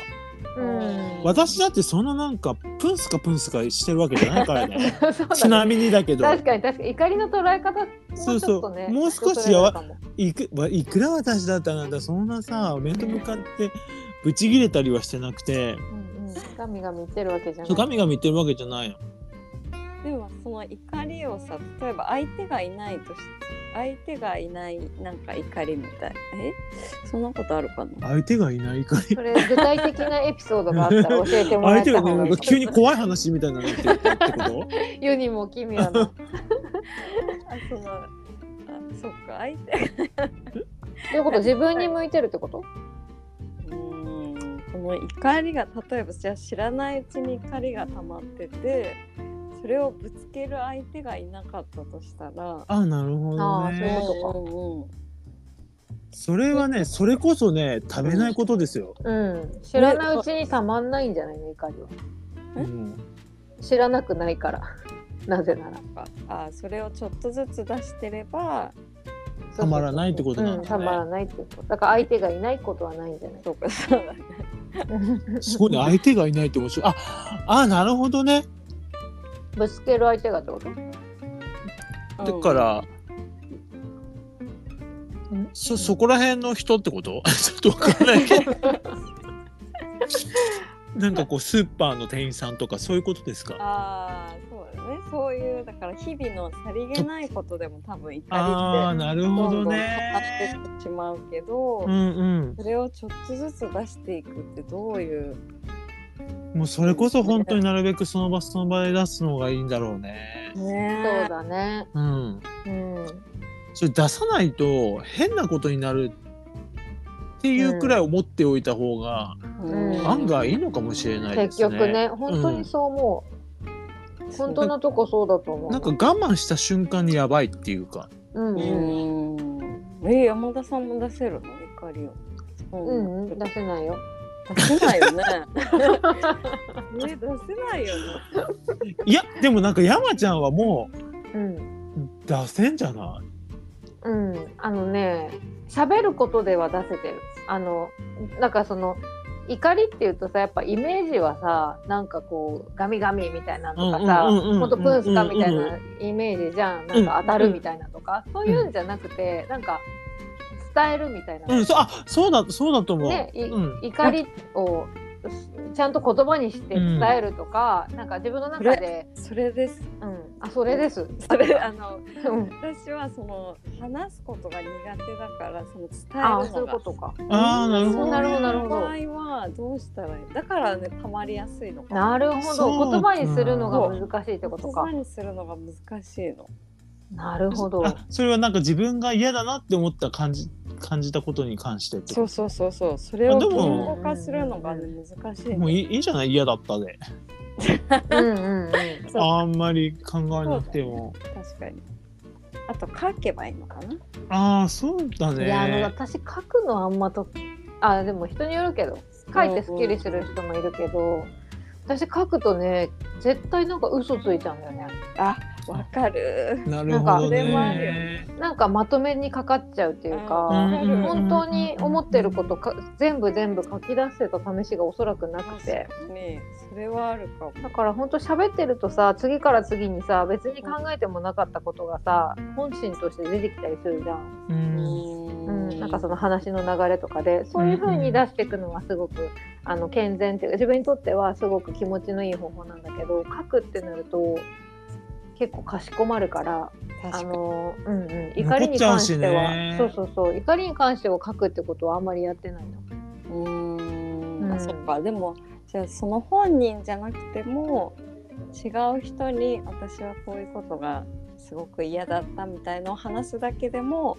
B: うん
A: 私だってそんななんかプンスカプンスカしてるわけじゃないからね
B: そう
A: ち
B: だ
A: な
B: ね
A: みにだけど
B: 確かに確かに怒りの捉え方も
A: そう
B: うち
A: そ
B: ょ
A: う
B: っとね
A: もう少しやわいくわいくら私だったらあなたそんなさ面と向かってぶち切れたりはしてなくて
B: うんうん神々言ってるわけじゃ
A: そう
B: ない
A: 神々言ってるわけじゃないよ
C: でもその怒りをさ例えば相手がいないとし相手がいないなんか怒りみたいえそんなことあるかな
A: 相手がいないから
B: それ具体的なエピソードがあったら教えても
A: 相
B: らえ
A: 手
B: た
A: が
B: 方が
A: ないんか
B: いかも
A: 急に怖い話みたいなのって言ったって こと
B: 世にも奇妙な
C: あそのあそっか相手
B: ということ自分に向いてるってこと
C: うーんこの怒りが例えばじゃあ知らないうちに怒りが溜まっててそれをぶつける相手がいなかったとしたら
A: あなるほど
B: そういう
A: ね
B: こ
C: うんうん
A: それはねそれこそね食べないことですよ、
B: うん知らないうちにたまんないんじゃないの怒りは
C: え
A: うん
B: 知らなくないから なぜなら
C: なんかあそれをちょっとずつ出してれば
A: たまらないってことな
B: うんんた
A: だね
B: まらないってことだから相手がいないことはないんじゃない
C: そうかそうだね
A: すごいね相手がいないって面白いああなるほどね
B: ぶつける相手がってこと
A: だから、そそこら辺の人ってこと ちょっとわかんないけ どなんかこうスーパーの店員さんとかそういうことですか
C: ああそうだねそういうだから日々のさりげないことでも多分怒りって
A: ああーなる
C: ど
A: ほ
C: んど
A: ど
C: ん語っ
A: ね
C: てしまうけど、
A: うんうん
C: それをちょっとずつ出していくってどういう
A: もうそれこそ本当になるべくその場その場で出すのがいいんだろうね。
B: そ
C: ね
B: うだね
A: うん。
B: うん
A: それ出さないと変なことになるっていうくらい思っておいた方が
B: うん
A: 案外いいのかもしれないです
B: 結
A: ね。
B: 局ね本当にそう思う本当のとこそうだと思う
A: なんか我慢した瞬間にやばいっていうか。
B: うんう
C: う
B: ん
C: んえ山田さんも出せるの怒りを
B: うんうん
C: 出
B: 出せないよ
C: せないよねえ出せないよね
A: いやでもなんか山ちゃんはも
B: うん
A: う出せんじゃない
B: うん、あのね喋ることでは出せてるあのなんかその怒りっていうとさやっぱイメージはさなんかこうガミガミみたいなのとかさ
A: うんうんうんうん
B: ほんとプンスカみたい
A: うんうん
B: なイメージじゃんなんか当たるみたいなとかそういうんじゃなくてなんか伝えるみたいな、
A: うんそうあそうだそうだと思う。
B: ねい
A: うん、
B: 怒りをちゃんと言葉にして伝えるとか、なんか自分の中で、
C: それです
B: うん、あそれです、
C: それあの
B: うん、
C: 私はその話すことが苦手だからその伝える
B: あそうい
C: の
B: う
C: が
B: ことか
A: ああなるほ
B: そ
A: ど、
B: う
A: ね。
B: なるほどなるほど
C: 場合はどうしたらいいだからねたまりやすいのか
B: なるほ
A: そ
B: ど
A: う
B: 言葉にするのが難しいってことか
C: 言葉にするのが難しいの
B: なるほど
A: あそれはなんか自分が嫌だなって思った感じ感じたことに関してってこと
C: そうそうそうそうそれを
A: あで
C: 言
A: も
C: 語化するのが、ね、難しい
A: も
C: の
A: ういいいいんじゃない嫌だったで。
B: うんうん
C: そう
A: あんまり考えなくても。
C: 確かにあと書けばいいのかな
A: ああ、そうだ
B: うん、
A: ね。
B: いやあの私書くのはあんまとあでも人によるけど書いてすっきりする人もいるけど私書くとね絶対なんか嘘ついちゃうんだよね
C: あわかる
A: なるほど
C: なんかそれもあるよ
A: ね。
B: なんかまとめにかかっちゃうっていう
A: う
B: か
A: んうんうん
B: 本当に思ってることか全部全部書き出せた試しがおそらくなくて。
C: ねそれはあるかも
B: だから本当喋ってるとさ次から次にさ別に考えてもなかったことがさ本心として出てきたりするじゃん、
A: うん
B: うん、なんかその話の流れとかでそういう風に出していくのはすごくあの健全っていうか自分にとってはすごく気持ちのいい方法なんだけど書くってなると結構かしこまるから
C: 確
B: あ
C: かに
B: の、うんうん、怒りに関して
A: 残っち
B: は、
A: ゃうしね
B: そうそうそう怒りに関しては書くってことはあんまりやってないの。
C: うー
B: うんん
C: あそっかでもじゃあその本人じゃなくても違う人に私はこういうことがすごく嫌だったみたいのを話すだけでも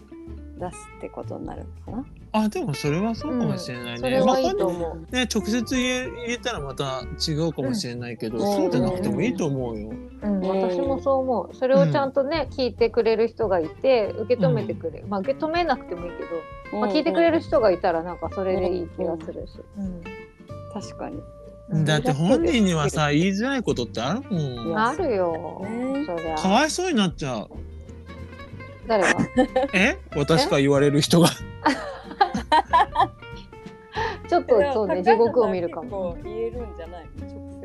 C: 出すってことになるのかな
A: あ、でもそれはそうかもしれない
B: そ
A: ね。
B: れ
A: ま
B: は
A: あ
B: いいと思う。
A: ね、直接言え言えたらまた違うかもしれないけど、
C: うん
A: そうじゃなくてもいいと思うよ。
B: うん、
C: うん
B: 私もそう思うそれをちゃんとね、聞いてくれる人がいて受け止めてくれる、まあ受け止めなくてもいいけど、まあ、聞いてくれる人がいたらなんかそれでいい気がするし、うん
C: 確かに
B: うん
A: だって本人にはさ言いづらいことってあるも
C: い
A: ん。
B: あるよ、
C: ね
B: そりゃ
A: かわいそうになっち ゃう。
B: 誰が
A: え私から言われる人が。
B: ちょっとそうね地獄を見るかも
C: 結構言えるんじゃないの直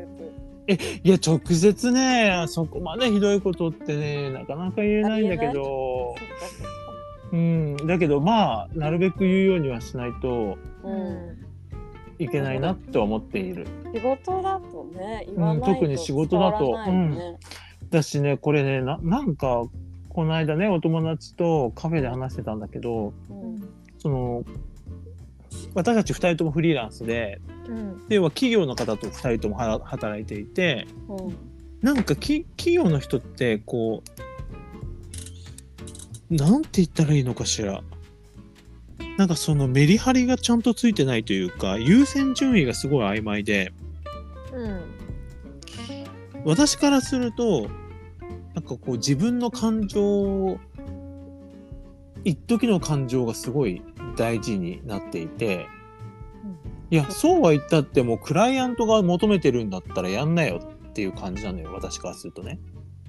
C: 接
A: いや直接ねそこまでひどいことってねなかなか言えないんだけど
C: そっかそっ
A: うんだけどまあなるべく言うようにはしないと
C: かうん
A: いけないなとは思っている。
C: 仕事だとね言わないと、
A: うん特に仕事だと
C: 伝わらないよね
A: だしねこれねななんかこの間ねお友達とカフェで話してたんだけど
C: うん
A: その私たち2人ともフリーランスで
B: うん
A: では企業の方と2人ともは働いていて
C: うん
A: なんかき企業の人ってこうなんて言ったらいいのかしらなんかそのメリハリがちゃんとついてないというか優先順位がすごい曖昧で
B: うん
A: 私からするとなんかこう自分の感情を一時の感情がすごい大事になっていて、
B: うん
A: いやそうは言ったってもうクライアントが求めてるんだったらやんなよっていう感じなのよ私からするとね。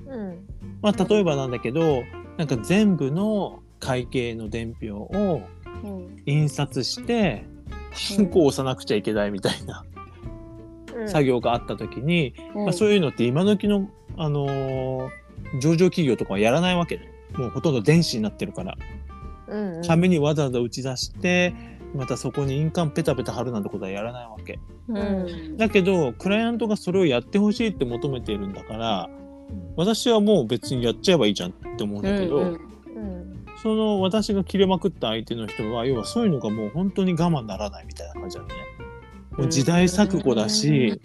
B: うん
A: まあ、例えばなんだけどなんか全部の会計の伝票を
C: うん
A: 印刷してハンコを押さなくちゃいけないみたいな
B: うん
A: 作業があった時に、
C: うん
A: まあ、そういうのって今時の、あのー上場企業とかはやらないわけねもうほとんど電子になってるから
B: うんうん
A: 紙にわざわざ打ち出してまたそこに印鑑ペタペタ貼るなんてことはやらないわけ
C: うん
A: だけどクライアントがそれをやってほしいって求めているんだから私はもう別にやっちゃえばいいじゃんって思うんだけど、
C: うん
B: うん
A: その私が切れまくった相手の人は要はそういうのがもう本当に我慢ならないみたいな感じなのね。もう時代錯誤だし、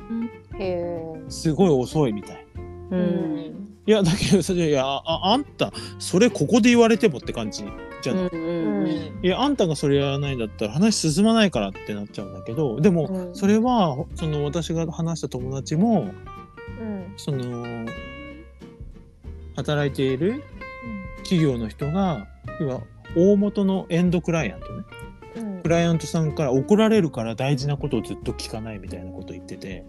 B: へえ
A: すごい遅いみたい。
C: う
B: うんん
A: いやだけどそれいやああんたそれここで言われてもって感じじゃ
C: うん
A: ない。
B: うん
C: うん
A: いやあんたがそれやらないんだったら話進まないからってなっちゃうんだけどでも
C: うん
A: それはその私が話した友達も
B: うん
A: その働いている企業の人が要は大元のエンドクライアントね
B: うん
A: クライアントさんから怒られるから大事なことをずっと聞かないみたいなこと言ってて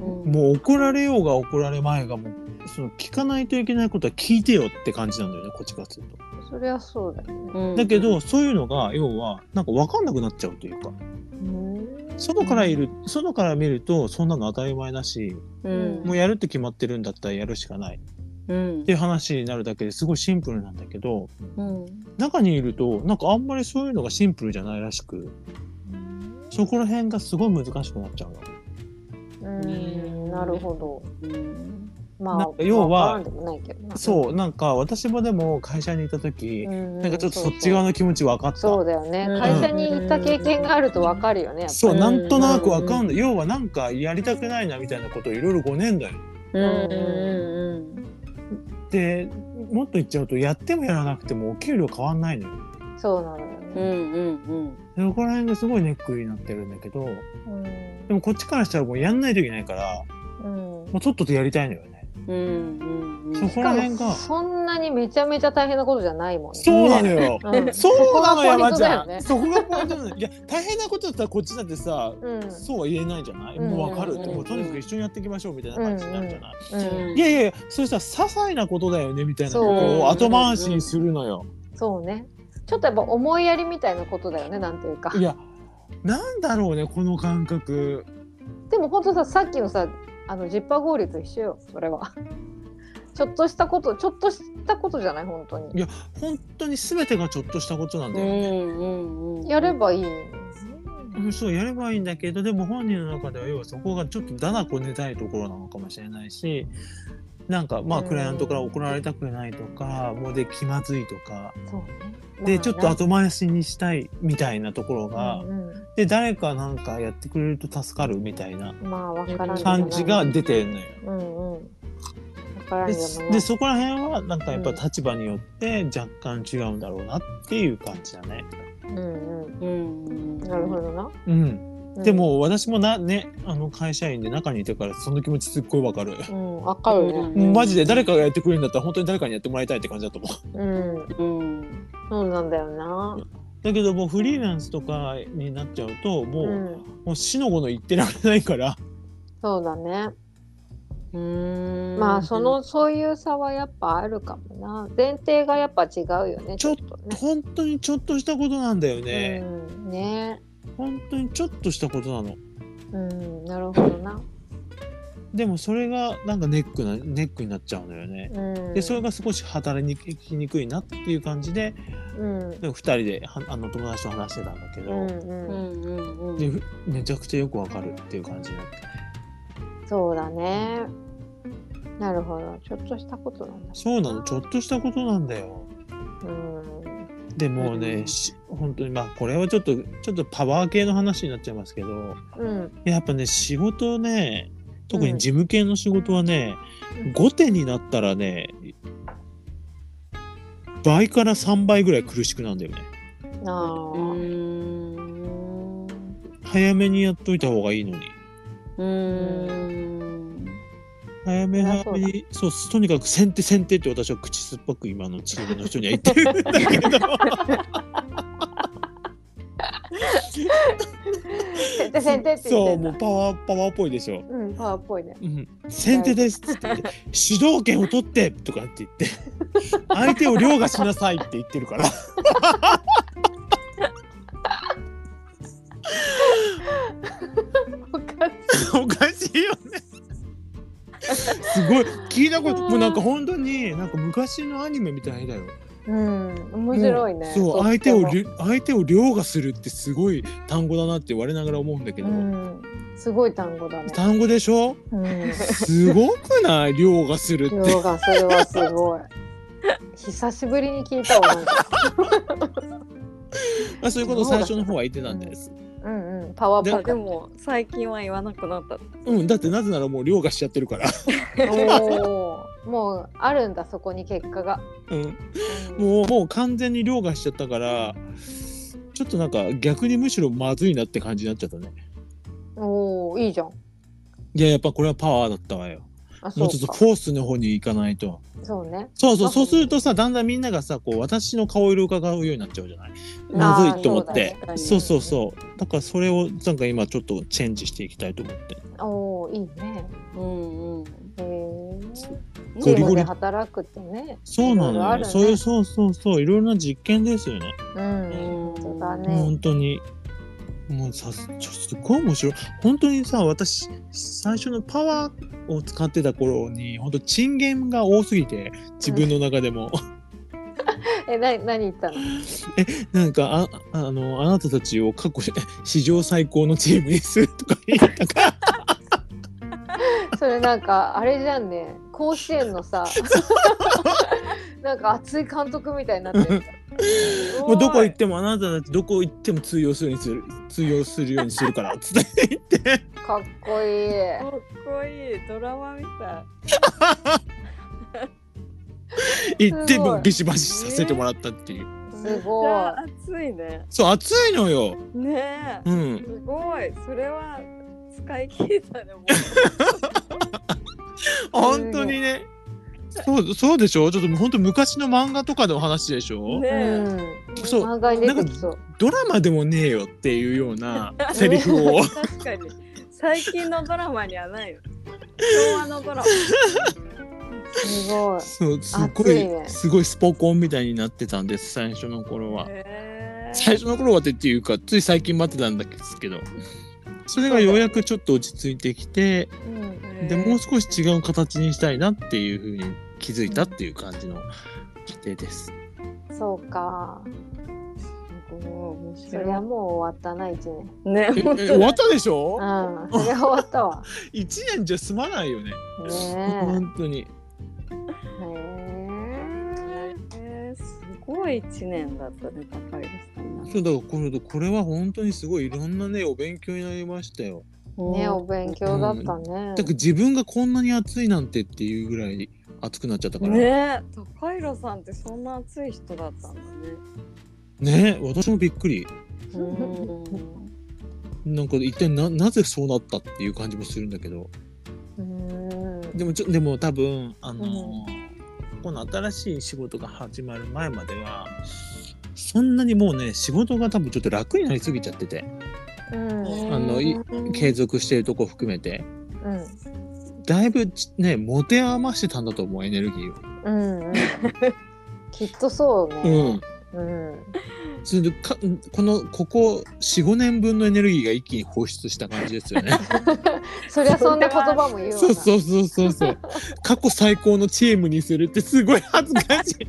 C: うん
A: もう怒られようが怒られまいがもうその聞かないといけないことは聞いてよって感じなんだよねこっちからすると。
B: そりゃそうだよね
C: うん
A: だけどそういうのが要はなんか分かんなくなっちゃうというか
B: うん
A: 外からいる外から見るとそんなの当たり前だし
C: うん
A: もうやるって決まってるんだったらやるしかない
C: うん
A: っていう話になるだけですごいシンプルなんだけど
C: うん
A: 中にいるとなんかあんまりそういうのがシンプルじゃないらしくそこら辺がすごい難しくなっちゃうの。
B: うんなるほど
C: うん
B: ま
A: な
B: あ
A: んか要は
B: わからんでもないけどな
A: そうなんか私もでも会社にいた時、な
B: なん
A: かちょっとそっち側の気持ち分かった
B: そ
A: そ
B: うそう
A: う
B: だよね、
C: うん
B: 会社に行った経験があるとわかるよねやっぱり
C: うん
A: なんとなく分かんない、要はなんかやりたくないなみたいなことをいろいろ5年だよ
C: うんうん
A: でもっと言っちゃうとやってもやらなくてもお給料変わんないのよ
B: そうなのよ
C: うんう
B: ね、
C: んうん
A: そこら辺がすごいネックになってるんだけど
B: うん
A: でもこっちからしたらもうやんないといけないから
B: うん
A: もうちょっとでやりたいのよね。
C: うんうんうん
A: そこら辺が。
B: そんなにめちゃめちゃ大変なことじゃないもんね。
A: そうなのよ。そ
B: うん
A: うなの
B: そこがポイ
A: 山
B: ント
A: ち
B: だ
A: ゃ
B: よね
A: ん。そこがポイントなの。いや、大変なことだったらこっちだってさ、
B: うん
A: そうは言えないじゃない、
B: うん
A: もうわかる、
C: うん
A: でもとにかく一緒にやっていきましょうみたいな感じになるじゃない、
B: う
A: い
B: ん
A: やいやいやそれさ些細なことだよねみたいなことを後回しにするのよ、
B: そうね。ちょっとやっぱ思いやりみたいなことだよねなんていうか
A: い。やなんだろうねこの感覚
B: でも本当ささっきのさあのジッパー合流と一緒よそれは。 ちょっとしたことちょっとしたことじゃない本当に。
A: 本当に全てがちょっとしたことなん
C: う
A: だよね、
C: んうんうん
B: やればいい。
A: うんそうやればいいんだけどでも本人の中では要はそこがちょっとだだこねたいところなのかもしれないしなんかまあ
B: うん
A: クライアントから怒られたくないとか、もうで気まずいとか
B: そうね。
A: で
B: まあ
A: ちょっと後回しにしたいみたいなところが、
B: うんうん
A: で誰かなんかやってくれると助かるみたいな
B: まあわからんでもない
A: 感じが出てるのよ。
B: うんうん。わからん
A: で
B: でもない
A: でそこら辺はなんかやっぱ立場によって若干違うんだろうなっていう感じだね。
B: うんうん。
C: うんうん
B: なるほどな。
A: うん、
B: うん
A: で。も私もなねあの会社員で中にいてからその気持ちすっごいわかる。
B: うんわかるね。
C: うん
A: マジで誰かがやってくれるんだったら本当に誰かにやってもらいたいって感じだと思う。
B: うん。
C: うん
B: そうなんだよな。
A: だけどもうフリーランスとかになっちゃうともう,、
B: うん。
A: もう死の子の言ってられないから。
B: そうだね。
C: うん
B: まあそのそういう差はやっぱあるかもな前提がやっぱ違うよね
A: ちょっ
B: とね
A: 本当にちょっとしたことなんだよね。
B: うん、ね
A: 本当にちょっとしたことなの。
B: うんなるほどな、
A: でもそれがなんかネックなネックになっちゃうのよね。
B: うん、
A: でそれが少し働きにくいなっていう感じで
B: うん
A: で2人ではあの友達と話してたんだけ
B: う
A: ど、
B: んう
C: う
B: ん
C: んうんうん
A: でふめちゃくちゃよくわかるっていう感じになって
B: そうだねなるほどちょっとしたことなんだ
A: そうなのちょっとしたことなんだよ。
B: うん
A: でもう
C: う
A: ね、
C: ん
A: し本当にまあこれはちょっとちょっとパワー系の話になっちゃいますけど
B: うん
A: やっぱね仕事ね特に
B: うん
A: 事務系の仕事はね、
B: うん
A: 後手になったらね倍から3倍ぐらい苦しくなるんだよね。
B: なあ、
C: うん
A: 早めにやっといた方がいいのに
C: うん
A: 早め
B: そりゃ
A: 早めにそうとにかく先手先手って私は口酸っぱく今のチームの人には言 ってるんだ けど
B: 先手先手って言っ
A: そ
B: て
A: うんもう
B: だ
A: パワーパワーっぽいでしょ、
B: うんパワーっぽいね
A: うん、先手ですっつって主導権を取ってとかって言って相手を凌駕しなさいって言ってるから
B: わかる
A: おかしいよね。すごい聞いたこともうなんか本当になんか昔のアニメみたいだよ。
B: うん面白いね
A: そう
B: とっ
A: 相
B: て
A: 手
B: も
A: をり相手を凌駕するってすごい単語だなって言われながら思うんだけど、
B: うんすごい単語だね
A: 単語でしょ？
B: うん
A: すごくない凌駕するって。
B: ヨガそれはすごい。久しぶりに聞いたわ。なんか
A: あそういうことを最初の方は言ってたんです。
B: うんうん、パワーっぽ
C: あ
B: いか
C: で
B: ら。
C: も最近は言わなくなった
A: うんだってなぜならもう凌駕しちゃってるから。
B: おーもうあるんだ、そこに結果が。
A: うん
B: うん
A: もうもう完全に凌駕しちゃったから。ちょっとなんか逆にむしろまずいなって感じになっちゃったね。
B: おお、いいじゃん。
A: いややっぱこれはパワーだったわよ。
B: あ、そ
A: も
B: う
A: うちょっと
B: か。
A: フォースの方に行かないと。
B: そうね。
A: そうそう、
B: あ
A: そうするとさ、だんだんみんながさ、こう、私の顔色を伺うようになっちゃうじゃない
B: あー
A: まずいと思って
C: そうだ。ね
A: そうそうそう。だからそれを、なんか今ちょっとチェンジしていきたいと思って。
B: おお、いいね。
C: うんうん
B: へえ。チ
A: ゴリ
B: ー
A: ゴ
B: ム
A: リ
B: で働くってね。
A: そうなの
B: いろいろ
A: よ、
B: あるね
A: そういう、そうそうそう。いろいろな実験ですよね。
B: うん、本当だね。
A: 本当に。もうさ、ちょすごい面白い。本当にさ、私、最初のパワーを使ってた頃に、本当チンゲンが多すぎて、自分の中でも。
B: え、な、何言ったの。
A: なんかああのあなたたちを過去し 史上最高のチームにするとか言ったから
B: それなんか、あれじゃんね。甲子園の さ。なんか熱い監督みたいになってるじゃん。
A: もうどこ行っ
B: す
A: てもあなたたちどこ行っても通用するようにする通用するようにするからつって言って
B: ごいかっこいい。
C: かっこいいドラマみたい
A: 行って
B: すごい
A: ビシバシさせてもらったっていう
B: すごい
C: 熱いね
A: そう熱いのよ
C: ねえ
A: うん
C: すごいそれは使い切ったねもう
A: 本当にね。そうそうでしょちょっと本当昔の漫画とかの話でしょ、
C: ね
B: うん、
A: そう
B: 漫画に出てきそう。
A: ドラマでもねえよっていうよう なセリフを
C: 確かに最近のドラマにはないよ昭和のドラマ
B: すごい。
A: そうすっご
B: 熱
A: い
B: いね
A: すごいスポコンみたいになってたんです最初の頃は。
C: へー
A: 最初の頃はってっていうかつい最近待ってたんですけどそれがようやくちょっと落ち着いてきて
B: うん
A: でもう少し違う形にしたいなっていうふうに気づいたっていう感じの過程 です。
B: そうか。
C: すごい面
B: そりゃ
C: 白
B: もう終わったな、一年。
C: いね
A: ええ
C: 本
A: 終わったでしょ
B: うん、そりゃ終わったわ。
A: 一年じゃ済まないよね。
B: ね
A: 本当に。
B: え。へえ。
C: 当ねすごい一年だったね高いですね
A: そうだからこれこれは本当にすごいいろんなねお勉強になりましたよ。
B: ね、お勉強だったね
A: だ。から自分がこんなに暑いなんてっていうぐらい暑くなっちゃったから。ね
C: ね高弘さんってそんな熱い人だったんだね
A: 私もびっくり。
C: うん
A: なんか一体ななぜそうなったっていう感じもするんだけど。
B: うん。
A: でもちょでも多分あのーこの新しい仕事が始まる前まではそんなにもうね仕事が多分ちょっと楽になりすぎちゃってて
B: うん。
A: あのい継続してるとこ含めて
B: うん。
A: だいぶちね持て余してたんだと思うエネルギーを。
B: うんうん、きっとそうね。うん。
A: それでかこのここ45年分のエネルギーが一気に放出した感じですよ ね。
B: そりゃそんな言葉も言うわな。
A: そうそうそうそうそう。過去最高のチームにするってすごい恥ずかしい。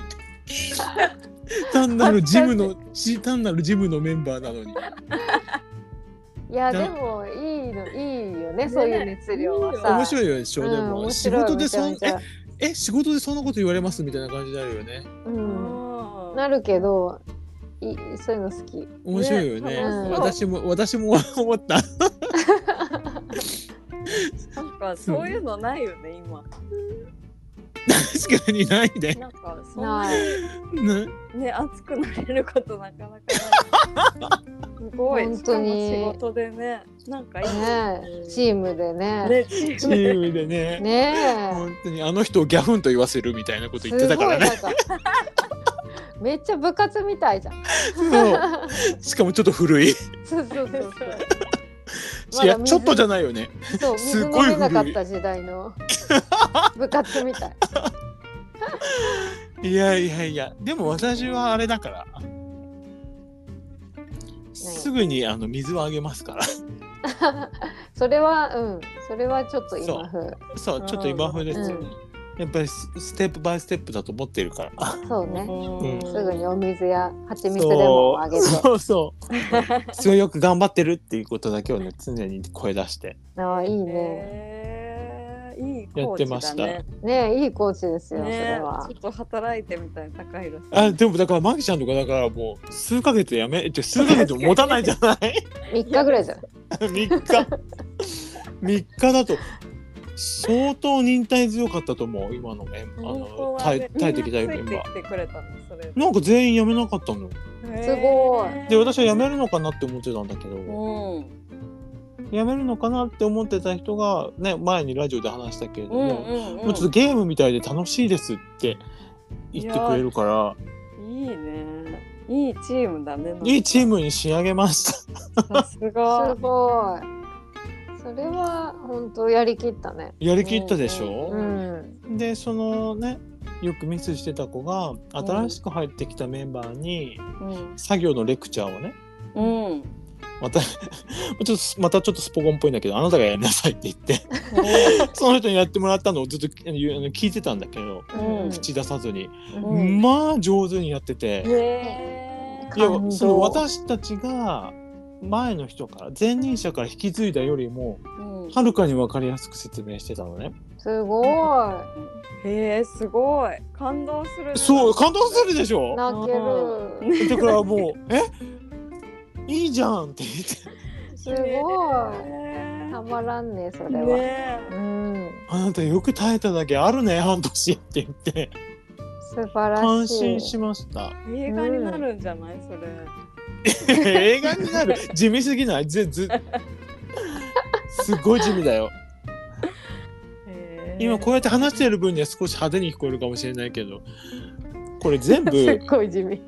A: 単なるジムのち単なるジムのメンバーなのに。
B: いやでもいいのいいよねそういう熱量はさ。
A: 面白いよでしょ、
B: う
A: で
B: ん、
A: も
B: 面
A: 仕
B: 白い
A: 事でそん
B: めちゃ
A: え
B: めちゃ
A: え仕事でそんなこと言われますみたいな感じになるよね。
B: うん、
C: うん
B: なるけどいそういうの好き。
A: 面白いよね。
C: ね
A: うん
B: 楽
A: 私も私も 思った。
C: なんかそういうのないよね今
A: 確かにないで。
C: なんかそんな
B: ない。
A: ね
C: ね熱くなれることなかなかないすごい
B: 本当に
C: しかも仕事でねなんかいい
B: ねえチームでね。ね
C: ねチー
A: チ
C: ムで
A: ームでね。
B: え。
A: 本当にあの人をギャフンと言わせるみたいなこと言ってたからね。
B: すごいなんか。 めっちゃ部活みたいじゃん。
A: そう しかもちょっと古い。
B: そうそうそうそう。まだ
A: いや
B: 水
A: ちょっとじゃないよね。
B: そう水
A: す
B: 飲
A: ごい
B: めなかった時代の部活みたい。
A: いやいやいやでも私はあれだから。すぐにあの水をあげますから。
B: それはうんそれはちょっと今風
A: そうちょっと今風ですよね。やっぱりスステップバイステップだと思ってるから。
B: そうね。
A: うん
B: すぐにお水や蜂蜜で
A: そ
B: も
A: う
B: あげる。
A: そう そう。すごいよく頑張ってるっていうことだけをね常に声出して。
B: ああいいね。
C: へえいいコーチだね
A: やってました
C: ね
B: ねえいいコーチですよ、そ
C: え
B: れは
C: ちょ。っと働いてみたい高弘さん
A: あでもだからマキちゃんとかだからもう数ヶ月やめじゃ数ヶ月も持たないじゃない
B: 3日ぐらいじゃん。
A: ?3 日3日だと相当忍耐強かったと思う今のメンバーあ
C: 本当
A: の
C: は
A: 耐
C: ね
A: え耐えてきたメ
C: み
A: ン
C: んな
A: バ
C: ついてきてくれたのそれ
A: ーなんか全員辞めなかったの
B: すご
C: い
A: で私は辞めるのかなって思ってたんだけど、
C: うん
A: 辞めるのかなって思ってた人がね前にラジオで話したけれど
C: う
A: も、
C: んうん
A: もうちょっとゲームみたいで楽しいですって言ってくれるから
C: いいねいいチームだねなんか
A: いいチームに仕上げました
C: さすが
B: すごい。それは本当やりきったね。
A: やりきったでし
B: う
A: ょ、
B: ん。
A: でそのねよくミスしてた子が新しく入ってきたメンバーに
C: うん
A: 作業のレクチャーをね
C: うん
A: また ちょっとまたちょっとスポコンっぽいんだけどあなたがやりなさいって言ってその人にやってもらったのをずっとあの言うあの聞いてたんだけど
C: うん
A: 口出さずに、
C: うん
A: まあ上手にやってて。
C: へ
A: いや
B: 感動
A: その私たちが前の人から前任者から引き継いだよりも
C: うん
A: はるかに分かりやすく説明してたのね。
B: すごい。
C: へえすごい感動するね
A: そう感動するでしょ
B: 泣ける。
A: だからもう「 えいいじゃん」って言って
B: すごい。た
C: ね
B: まらんねそ
C: え
B: れは。うん。
A: 「あなたよく耐えただけあるね半年」って言って
B: 素晴らしい。
A: 感心しました。
C: 映画になるんじゃないそれ
A: 映画になる地味すぎないずずすごい地味だよ。
C: へ
A: 今こうやって話してる分には少し派手に聞こえるかもしれないけどこれ 全
B: すっ
A: 部
B: ごい地味。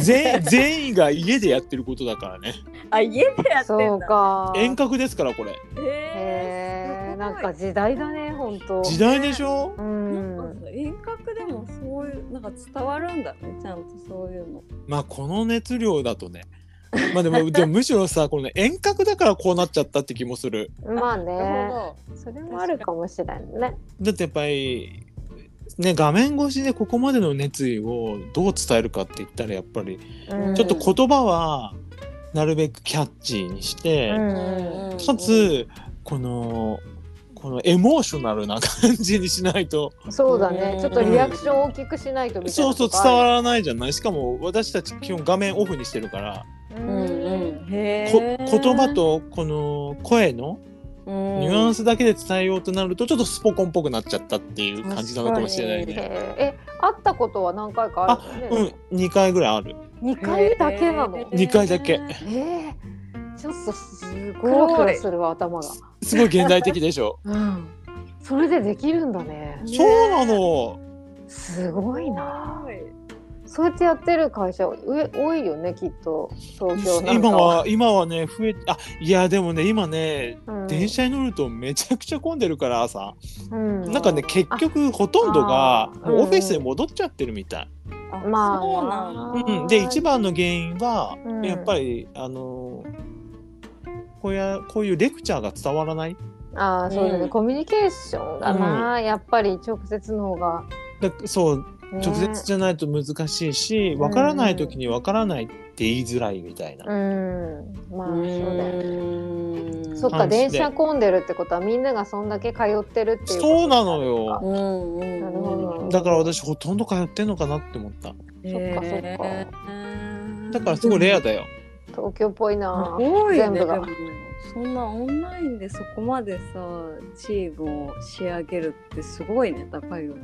A: 全全員が家でやってることだからね
C: あ家でやってんだ
B: そうか。
A: 遠隔ですからこれ
B: へ
C: へ
B: え
C: ー
B: なんか時代だね本当。
A: 時代でしょ
B: う
C: なん
B: ん。
C: か遠隔でもそういうなんか伝わるんだねちゃんとそういうの
A: まあこの熱量だとねまあでもでもむしろさこの遠隔だからこうなっちゃったって気もする
B: まあ
C: なる
B: ね。
C: ほ
B: それもあるかもしれないね。
A: だってやっぱりね画面越しでここまでの熱意をどう伝えるかって言ったらやっぱり
B: うん
A: ちょっと言葉はなるべくキャッチーにして、
B: うん
C: どうんう
A: か
C: ん
A: つこのこのエモーショナルな感じにしないと
B: そうだね
C: う。ん
B: ちょっとリアクション大きくしないとみたい
A: そう
B: な
A: そ
B: と
A: う
B: こある。
A: 伝わらないじゃないしかも私たち基本画面オフにしてるから、
C: うん
B: うん。
C: うんへ
A: こ
C: ー
A: 言葉とこの声のニュアンスだけで伝えようとなるとちょっとスポコンっぽくなっちゃったっていう感じなのかもしれないね。
B: へーえ会ったことは何回かある
A: う
B: よね
A: ん、2回ぐらいある
B: 二回だけなの
C: へー
A: 二回だけ
B: ええちょっとすご
C: ごい
B: いクラクラするわ頭が
A: すごい現代的でし ょ
B: うんそれでできるんだね
A: そうなの
B: すごいな
C: すごい
B: そうやってやってる会社上多いよねきっと東京なんか
A: 今は今はね増えあいやでもね今ね
B: うん
A: 電車に乗るとめちゃくちゃ混んでるから朝
B: うん
A: なんかね結局ほとんどが
B: あー
A: もうオフィスに戻っちゃってるみたい。
C: あ
B: まあ
C: そうなんだ
A: うん、で一番の原因は、
B: うん
A: やっぱりあのこうやこういうレクチャーが伝わらない
B: あーそうだね、
C: うん
B: コミュニケーションだな、やっぱり直接の方が、
A: だそう
B: ね
A: 直接じゃないと難しいしわからない時にわからないって言いづらいみたいな。
B: うんまあ
C: う
B: そうだよね
C: ーん
B: そっ
A: は
B: か
A: い
B: 電車混んでるってことはみんながそんだけ通ってるっていうこと
A: そうなのよ
C: うんうんうん
B: なるほど
A: だから私ほとんど通ってんのかなって思った
B: そっかそっ
A: だからすごいレア
C: だ
A: だよ、
B: 東京っぽいな
C: すごいね
B: 全部が
C: でもそんなオンラインでそこまでさチームを仕上げるってすごいね高いよ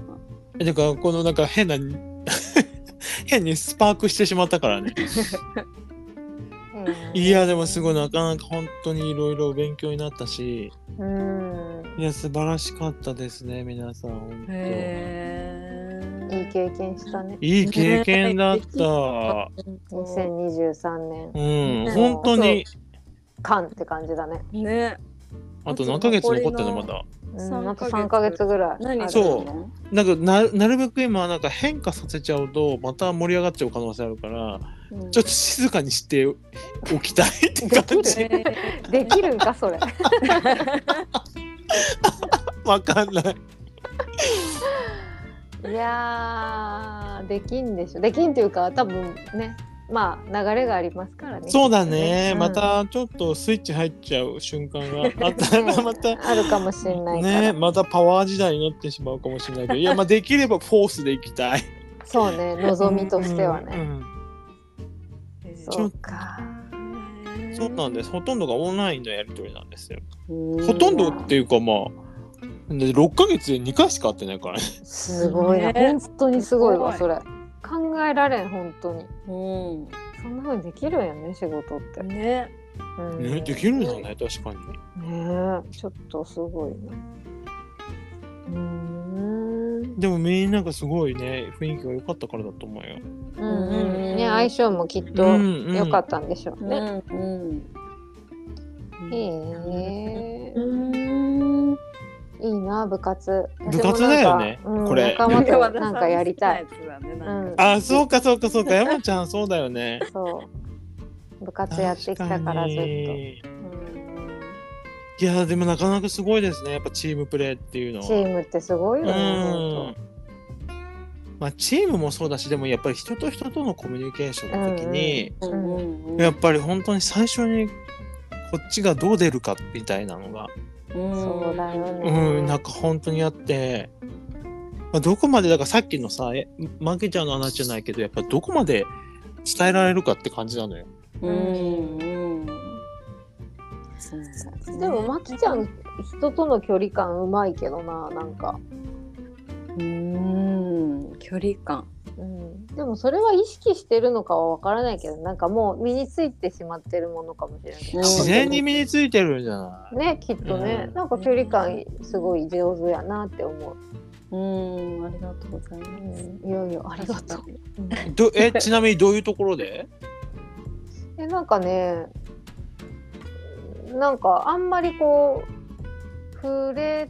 C: な
A: だからこのなんか変な 変にスパークしてしまったからね
B: うん
A: いやでもすごいなかなか本当にいろいろ勉強になったし
B: うん
A: いや素晴らしかったですね皆さん本
C: へ
B: いい経験したね
A: 当いい経験だった、
B: 2023年
A: うん
C: ね
A: 本当に
B: 間って感じだね、
C: ね
A: あと何ヶ月残ってんのまだ
B: うん、
C: 三
B: あ
C: ヶ
B: と
C: 月
B: 3か月ぐらい
C: 何する
A: そう
C: の
A: なんかななるべく今なんか変化させちゃうとまた盛り上がっちゃう可能性あるから
C: うん
A: ちょっと静かにしておきたいって感じ
B: でき
C: へー
B: できるんかそれ
A: わかんない
B: いやーできんでしょできんっていうか多分ねまあ流れがありますからね
A: そうだね、
B: うん
A: またちょっとスイッチ入っちゃう瞬間があったら また
B: あるかもしれないから、
A: ねまたパワー時代になってしまうかもしれないけどいやまあできればフォースでいきたい
B: そうね望みとしてはね、
A: うんうん
B: そうか
A: そうなんですほとんどがオンラインのやり取りなんですよ
C: うん
A: ほとんどっていうかまあで6ヶ月で2回しか会ってないからね
B: すごいな、
C: ね
B: 本当にすごいわ
C: すご
B: それ考えられん本当に
C: うん
B: そんな風にできるんやね仕事って、
C: ね
B: うん
A: ねできるんだね確かに
B: ねえちょっとすごいなうーん
A: でもみんながすごいね雰囲気が良かったからだと思うよ
B: うん
C: う
B: うんんね相性もきっと
A: うんうん
B: 良かったんでしょうね、
C: うんうん
B: いいね
C: うん
B: いいな部活
A: 部活だよね
B: でもなんかうん
A: これ
B: 仲間となんかやりたい、
C: 山田さんの好きなやつだねなんか
A: あそうかそうかそうか山ちゃんそうだよね
B: そう部活やってきたからずっと、
A: といやでもなかなかすごいですねやっぱチームプレーっていうの
B: うん
A: は
B: チームってすごいよね
A: うん
B: 本
A: まあチームもそうだしでもやっぱり人と人とのコミュニケーションの時に、
C: うんうん
A: やっぱり本当に最初にこっちがどう出るかみたいなのが、
B: 当そうだよ
A: う
B: ね、
A: んなんか本当にあって、まあ、どこまでだからさっきのさえマーケちゃんの話じゃないけどやっぱどこまで伝えられるかって感じなのよ。
C: うんうんそうだね
B: でもまきちゃん人との距離感うまいけどななんか
C: うん距離感
B: うん、でもそれは意識してるのかはわからないけどなんかもう身についてしまってるものかもしれない
C: うん
A: 自然に身についてるんじゃない
B: ねきっとね、
A: うん
B: なんか距離感すごい上手やなって思う、
C: うん、ありがとうございます。
B: いよいよありがとう、うん
A: ど えちなみにどういうところで
B: えなんかねなんかあんまりこう触れ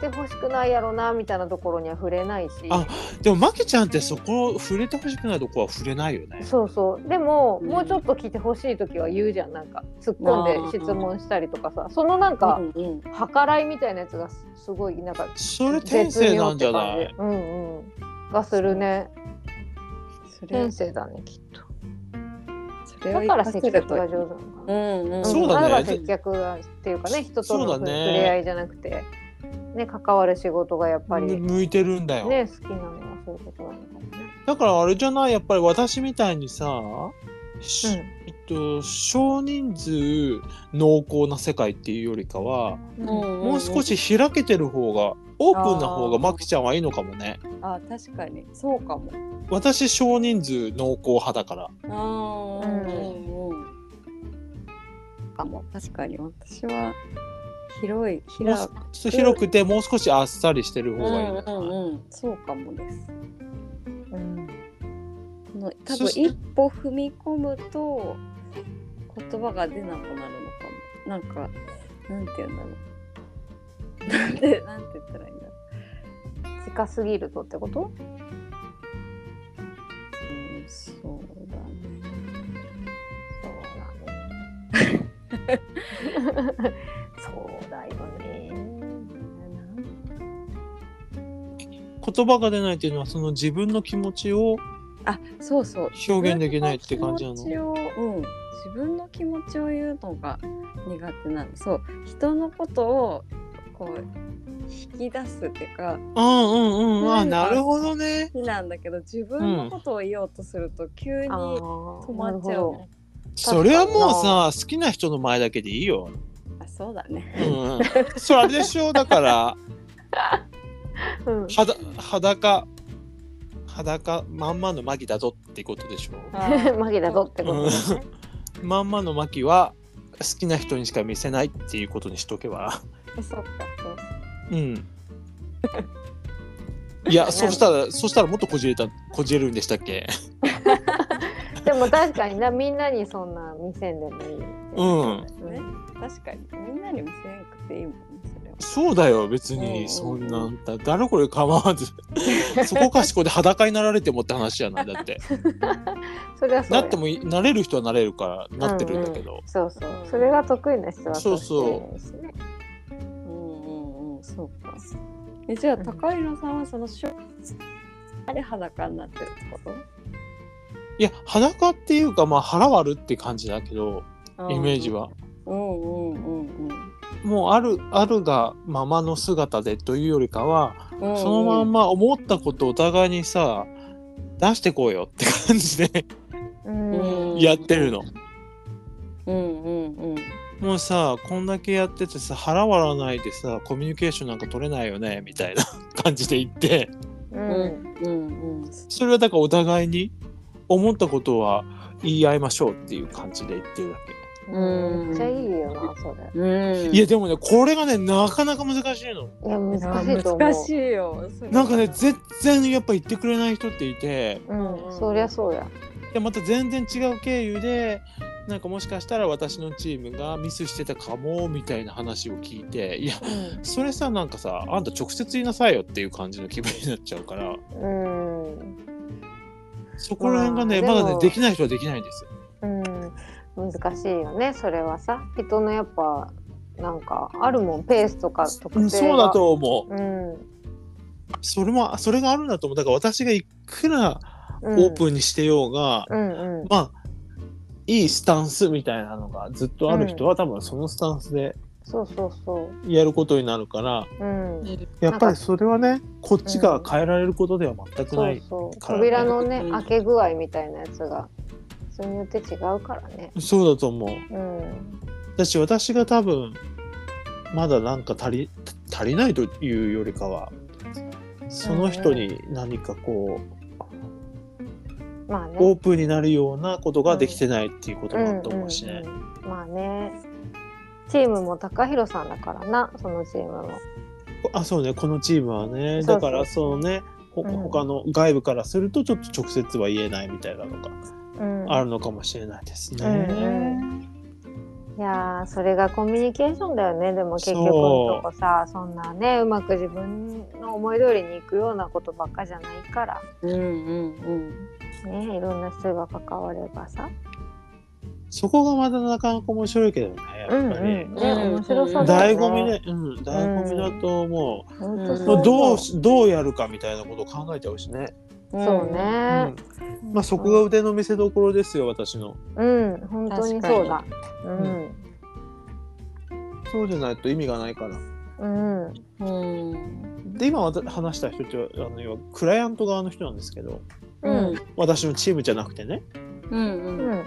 B: てほしくないやろなみたいなところには触れないし
A: あでもまきちゃんってそこ触れてほしくないとこは触れないよね。
B: そうそうでも、
C: うん
B: もうちょっと聞いてほしい時は言うじゃんなんか突っ込んで質問したりとかさそのなんか、
C: うんうん、
B: 計らいみたいなやつがすすごいなんか
A: それ天性なんじゃな
B: 絶
A: い
B: 妙って感じうんうんがするね
C: それ
B: 天、性だねきっと
C: それを
B: だ
C: 生
B: から
C: かせ
B: 接
C: る
B: 客
C: と。
B: が上手なのか
C: う
B: な、
C: んうん、
A: そうだね
B: から接客がっていうかね人と
A: そ
B: の
A: うだ
B: 触
A: ね
B: れ合いじゃなくて、ね、関わる仕事がやっぱり、ね
A: 向いてるんだよ、
B: 好きなのはそういうことなのかもね。
A: だからあれじゃないやっぱり私みたいにさ、しえっと、少人数濃厚な世界っていうよりかは、
C: うん
A: もう少し開けてる方がオープンな方が
C: あー
A: まきちゃんはいいのかもね
C: あ確かにそうかも
A: 私少人数濃厚派だから
C: あ
B: うん
C: うんうんかも確かに私は広い
A: もう
C: 広
A: 少し広くてもう少しあっさりしてる
C: う
A: 方がいい
C: ん
A: のかな、
C: うんうんそうかもですこの多
A: そ
C: 分
A: して
C: 一歩踏み込むと言葉が出なくなるのかもなんかなんて言うんだろうなんてなんて言ったらいいんだろ
B: 近すぎるとってこと
C: う、うん、そうだね
B: そうだねそうだよね
A: 言葉が出ないっていうのはその自分の気持ちを
C: あそうそう
A: 表現できないって感じなの
C: 自分の気持ちを、うん、自分の気持ちを言うのが苦手なのそう人のことをこう引き出すっていうか
A: うんうんうんあ
C: うん
A: なるほどね
C: 好きなんだけど自分のことを言おうとすると急に、
B: あー
C: 止まっちゃ
B: なる
C: う
B: ほど
A: それはもうさ好きな人の前だけでいいよ、
C: あそうだね
A: うんうん、それあれでしょだから
B: うん
A: はだ裸裸まんまのマギだぞってことでしょ
C: あ
B: マギだぞってことだね。
A: まんまのマキは好きな人にしか見せないっていうことにしとけば。
C: そっかそう
A: うん。いや、そしたら、そしたらもっとこじれた、こじれるんでしたっけ。
B: でも確かになみんなにそんな見せんでもいい。
A: うん。
C: そうね確かにみんなに見せなくていいもんねそれは
A: そうだよ、別
C: うんう
A: に、
C: ん
A: そんなんだ、誰これ構わず。そこかしこで裸になられてもって話じゃない、だ って。
B: それはそう
A: な
B: よ
A: ってもいい、なれる人はなれるから、なってるんだけど。
B: そうそう。それが得意な人は
A: そうそう
B: 得意ですね
C: うんうんうんそうかえじゃあ高井野さんはそのしょあれ裸になってるってこと
A: いや、裸っていうか、まあ、腹割るって感じだけど、
C: うん
A: イメージは。
C: うんうんうんうん
A: もう、ある、あるがままの姿でというよりかは。
C: うんうん
A: そのまんま思ったことをお互いにさ出してこうよって感じで
B: うん。
A: やってるの。
C: うんうんうん
A: もうさこんだけやっててさ腹割らないでさコミュニケーションなんか取れないよねみたいな感じで言って
B: うん。
C: うんうん
A: それはだからお互いに思ったことは言い合いましょうっていう感じで言ってるだ
C: うん
B: めっちゃいいよなそれ。
C: うん
A: け。いやでもねこれがねなかなか難しいの。
B: いや難しいと思う。
C: 難しいよそれ
A: なんかね全然やっぱ言ってくれない人っていて
B: うん。そりゃそうや。
A: でまた全然違う経由でなんかもしかしたら私のチームがミスしてたかもみたいな話を聞いていやそれさなんかさあんた直接言いなさいよっていう感じの気分になっちゃうから
B: うん。うん
A: そこら辺がね
B: ま
A: ま
B: あ
A: だ
B: で
A: ね
B: も
A: できない人はできないんですよ。
B: うん、難しいよねそれはさ人のやっぱなんかあるもんペースとか特性
A: うんそ
B: が
A: うだと思う
B: うん、
A: それもそれがあるんだと思うだから私がいくら
B: う
A: オ
B: ん、
A: ープンにしてようが、
B: うんうん
A: まあいいスタンスみたいなのがずっとある人は、多分そのスタンスで
B: そうそうそ
A: やることになるから
B: ううん
A: やっぱりそれはねこっちが変えられることでは全くない、
B: そうそう
A: からね
B: 扉のね
C: うん
B: 開け具合みたいなやつがそれによって違うからね
A: そうだと思う
B: うん
A: だし私が多分まだなんか足り足りないというよりかはその人に何かこう、
B: まあね
A: オープンになるようなことができてないっていうこともあったかもしれない。
B: うんうんうんまあねチームも高弘さんだからなそのチームも
A: あそうねこのチームはね
B: そうそう
A: だからそのねほ
B: うん
A: 他の外部からするとちょっと直接は言えないみたいなのが
B: うん
A: あるのかもしれないですね。
B: うんいやーそれがコミュニケーションだよねでも結局
A: そう
B: のとこさそんなねうまく自分の思い通りにいくようなことばっかじゃないから
C: うんうん
B: ねいろんな人が関わればさ
A: そこがまたなかなか面白いけどねやっぱり。
B: うんうんね面白そうだ
A: 醍
B: よね
A: 醐味ね、うん、醍醐味だと思う。
B: ほんと
A: もうど
B: 思
A: うしどうやるかみたいなことを考えてほしいね。
C: うん。
B: そうね
A: うん、まあそこが腕の見せ所ですよ私の。
B: うん、本当にそうだう
A: かに
B: ん
A: そうじゃないと意味がないから。
B: うん、
C: うん。
A: で今わた話した人ってあの要はクライアント側の人なんですけど
C: う
B: うんん
A: 私のチームじゃなくてね。
C: うんうん。
B: うん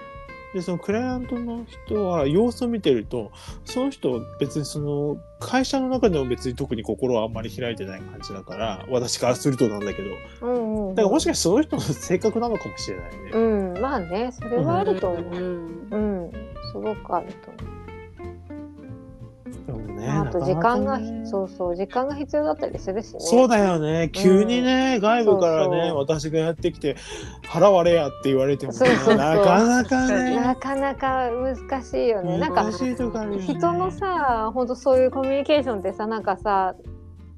A: でそのクライアントの人は様子を見てるとその人別にその会社の中でも別に特に心はあんまり開いてない感じだから私からするとなんだけどだか
B: うんうん
A: らもしかしてその人の性格なのかもしれないね。
B: うんまあねそれはあると思う
C: うん
B: うん、すごくあると思う、
A: でもね
B: あと時間
A: なかなか
B: が、
A: ね
B: そうそう時間が必要だったりするしね
A: そうだよね急にね、外部からね
B: そうそう
A: 私がやってきて腹割れやって言われても、ね、
B: そうそうそう
A: なかなかね
B: なかなか難しいよね、なんか
A: 難しいとこあるよね
B: 人のさ本当そういうコミュニケーションってさなんかさ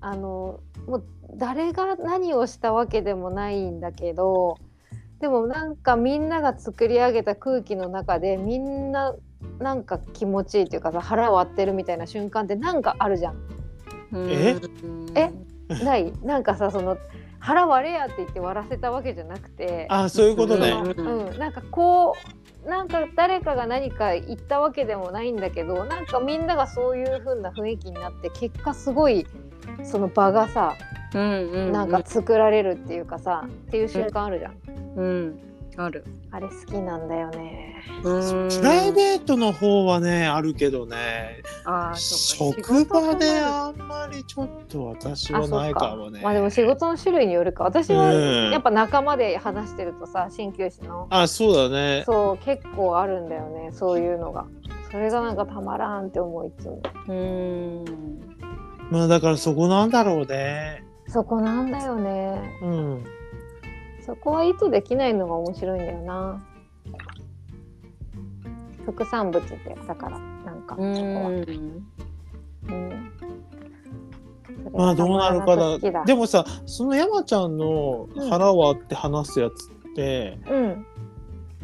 B: あのもう誰が何をしたわけでもないんだけどでもなんかみんなが作り上げた空気の中でみんななんか気持ちいいっていうかさ腹割ってるみたいな瞬間ってなんかあるじゃん。
C: うん
A: え
B: えないなんかさその腹割れやって言って割らせたわけじゃなくて。
A: あそういうことね
C: うん
B: うん、なんかこうなんか誰かが何か言ったわけでもないんだけどなんかみんながそういう風な雰囲気になって結果すごいその場がさ
C: うんうん。
B: なんか作られるっていうかさっていう瞬間あるじゃん。
C: うん。ある。
B: あれ好きなんだよね。
A: プライベートの方はねあるけどね
C: ああ、そうか。
A: 職場であんまりちょっと私はないかもね。
B: まあでも仕事の種類によるか私は
A: うん
B: やっぱ仲間で話してるとさ鍼灸師の
A: あそうだね。
B: そう結構あるんだよねそういうのが。それがなんかたまらんって思いつも
C: うん。
A: まあだからそこなんだろうね。
B: そこなんだよね
A: うん。
B: そこは意図できないのが面白いんだよな。副産物ってだからなんかそこ
C: う
B: は。
C: ん。
B: うん
A: まあどうなるか
B: それが
A: だ。で
B: たま
A: もさその山ちゃんの腹割って話すやつって、
B: らなく好き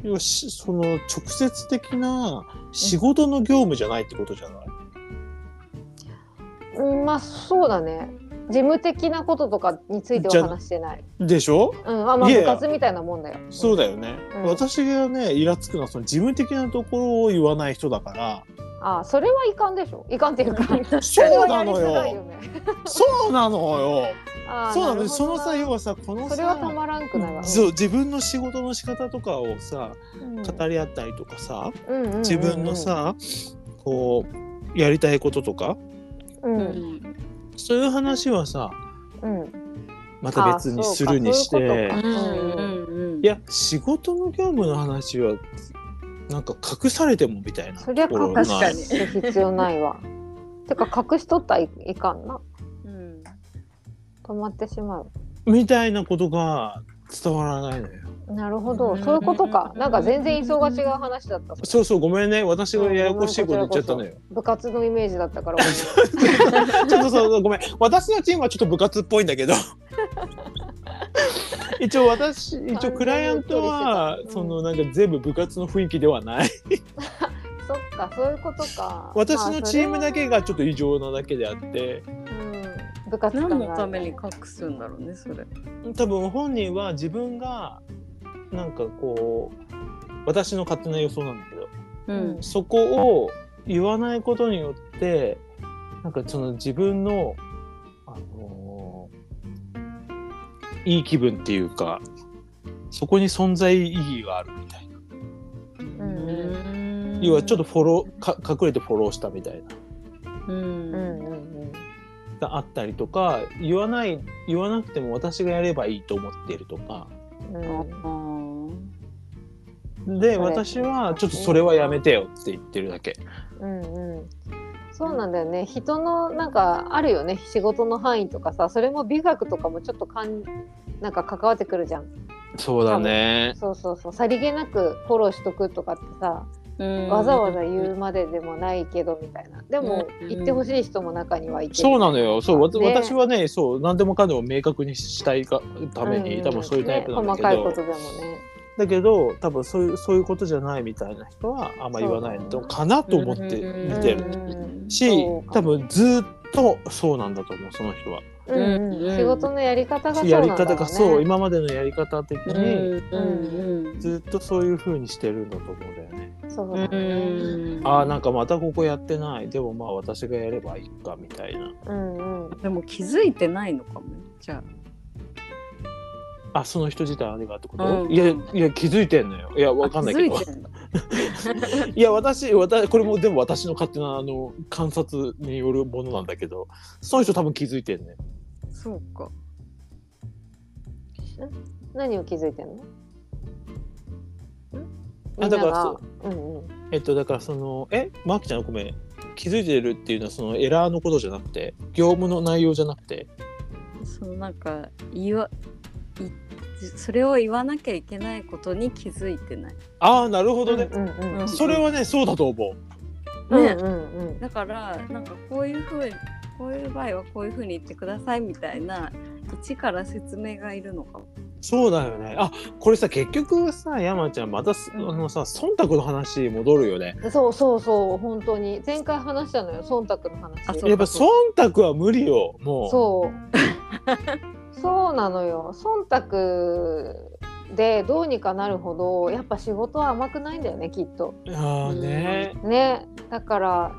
A: 要はしその直接的な仕事の業務じゃないってことじゃない、
B: だうん、うん、まあそうだね。事務的なこととかについて
A: じゃ
B: は話してない。
A: でしょ
B: うん、あまあ
A: いや
B: 部活みたいなもんだよ。
A: そうだよね、
B: うん
A: 私がねイラつくのはその事務的なところを言わない人だから
B: あ、それはいかんでしょ。いかんっていうか。
A: そ
B: れは
A: う
B: や
A: な
B: り
A: の
B: づらい
A: よ
B: よね。
A: そうなのよ
B: あー
A: そうなの
B: るほど
A: よそのさ要はさこのさ
B: それはたまらんくないわ。
A: そう自分の仕事の仕方とかをさ
B: うん
A: 語り合ったりとかさ、
B: うんうんうんうん
A: 自分のさ、こうやりたいこととか
B: う
C: うんん。
A: そういう話はさ
B: うん
A: また別にするにして
B: あそうかそういうことか
C: うん。
A: いや仕事の業務の話はなんか隠されてもみたいな
B: そりゃ
A: ところが
B: 隠
C: 確か
A: ない
C: に。
B: す必要ないわ。てか隠しとったらいいかんな。
C: うん。
B: 止まってしまう。
A: みたいなことが伝わらないのよ。
B: なるほど、
C: うん
B: そういうことか。なんか全然位相が違う話だった。
A: そうそうごめんね私がややこしいこと言っちゃったのよ。
B: 部活のイメージだったか ら。
A: ちょっとそうごめん私のチームはちょっと部活っぽいんだけど 一応私一応クライアントは
B: 完全にうっとりしてたうん
A: そのなんか全部部活の雰囲気ではない
B: そっか、そういうことか。
A: 私のチームだけ
B: が。
A: がちょっと異常なだけであって
B: うん、部活感
C: 何
B: が
C: のために隠すんだろうね、それ。
A: 多分本人は自分がなんかこう私の勝手な予想なんだけど
C: うん。
A: そこを言わないことによってなんかその自分の、あのーいい気分っていうかそこに存在意義があるみたいな、
C: うん
A: 要はちょっと。フォローか隠れてフォローしたみたいな
C: う。
B: うんんうんうん。
A: があったりとか言わない言わなくても私がやればいいと思っているとか
B: うん
C: あ
A: で
B: それ
A: 私はちょっとそれはやめてよって言ってるだけ
B: うんうんそうなんだよね人のなんかあるよね仕事の範囲とかさそれも美学とかもちょっとかんなんか関わってくるじゃん
A: そうだね
B: そうそうそうさりげなくフォローしとくとかってさわ
C: わ
B: ざわざ言うまででもないけどみたいなでも
C: うん
B: 言ってほしい人も中にはいて
A: そうなのよそう、わた
B: ね
A: 私はねそう何でもかんでも明確にしたいがため
B: うん
A: に
B: ん
A: 多分そういうタイプなんだけ
B: ね細かい
A: ど、
B: ことでもね
A: だけど多分そういうそういうことじゃないみたいな人はあんま言わないのかなと思って見てる
C: る
A: し
B: そうか
A: 多分ずーっとそうなんだと思うその人は。
B: うん
C: う
B: うんん、仕事のやり方がそう
A: や
B: なん
A: り
B: だろう、ね、
A: 方がそう今までのやり方的に
C: うん
A: ずっとそういう風にしてるんだと思うんだよね。
B: そう
C: う
B: だね
C: ん
A: ああなんかまたここやってないでもまあ私がやればいいかみたいな
B: うんうん
C: でも気づいてないのかもねじゃ
A: あその人自体あれがってこと、
C: うん
A: いやいや気づいてんのよいや
C: あ
A: わかんないけど
C: あ気づいてんだ
A: いや私私これもでも私の勝手なあの観察によるものなんだけどその人多分気づいてんね
C: そうか
B: 何を気づいてんの
A: あだからそう
B: みんながうんうん
A: えっとだからそのえマーキちゃんごめん気づいてるっていうのはそのエラーのことじゃなくて業務の内容じゃなくて
C: そのなんか言わいそれを言わなきゃいけないことに気づいてない、
A: ああなるほどね、
B: うんうんうん
A: それはねそうだと思う
B: うん
C: ね
B: うんうん
C: だからなんかこういうふうにこういう場合はこういうふうに言ってくださいみたいな一から説明がいるのかも
A: そうだよねあこれさ結局さ山ちゃんまたすあ
C: うん
A: のさ忖度の話に戻るよね
B: そうそうそう本当に前回話したのよ忖度の話
C: あそう
A: やっぱ忖度は無理よもう
B: そうそうなのよ忖度でどうにかなるほどやっぱ仕事は甘くないんだよねきっと
A: ああね
B: ねだから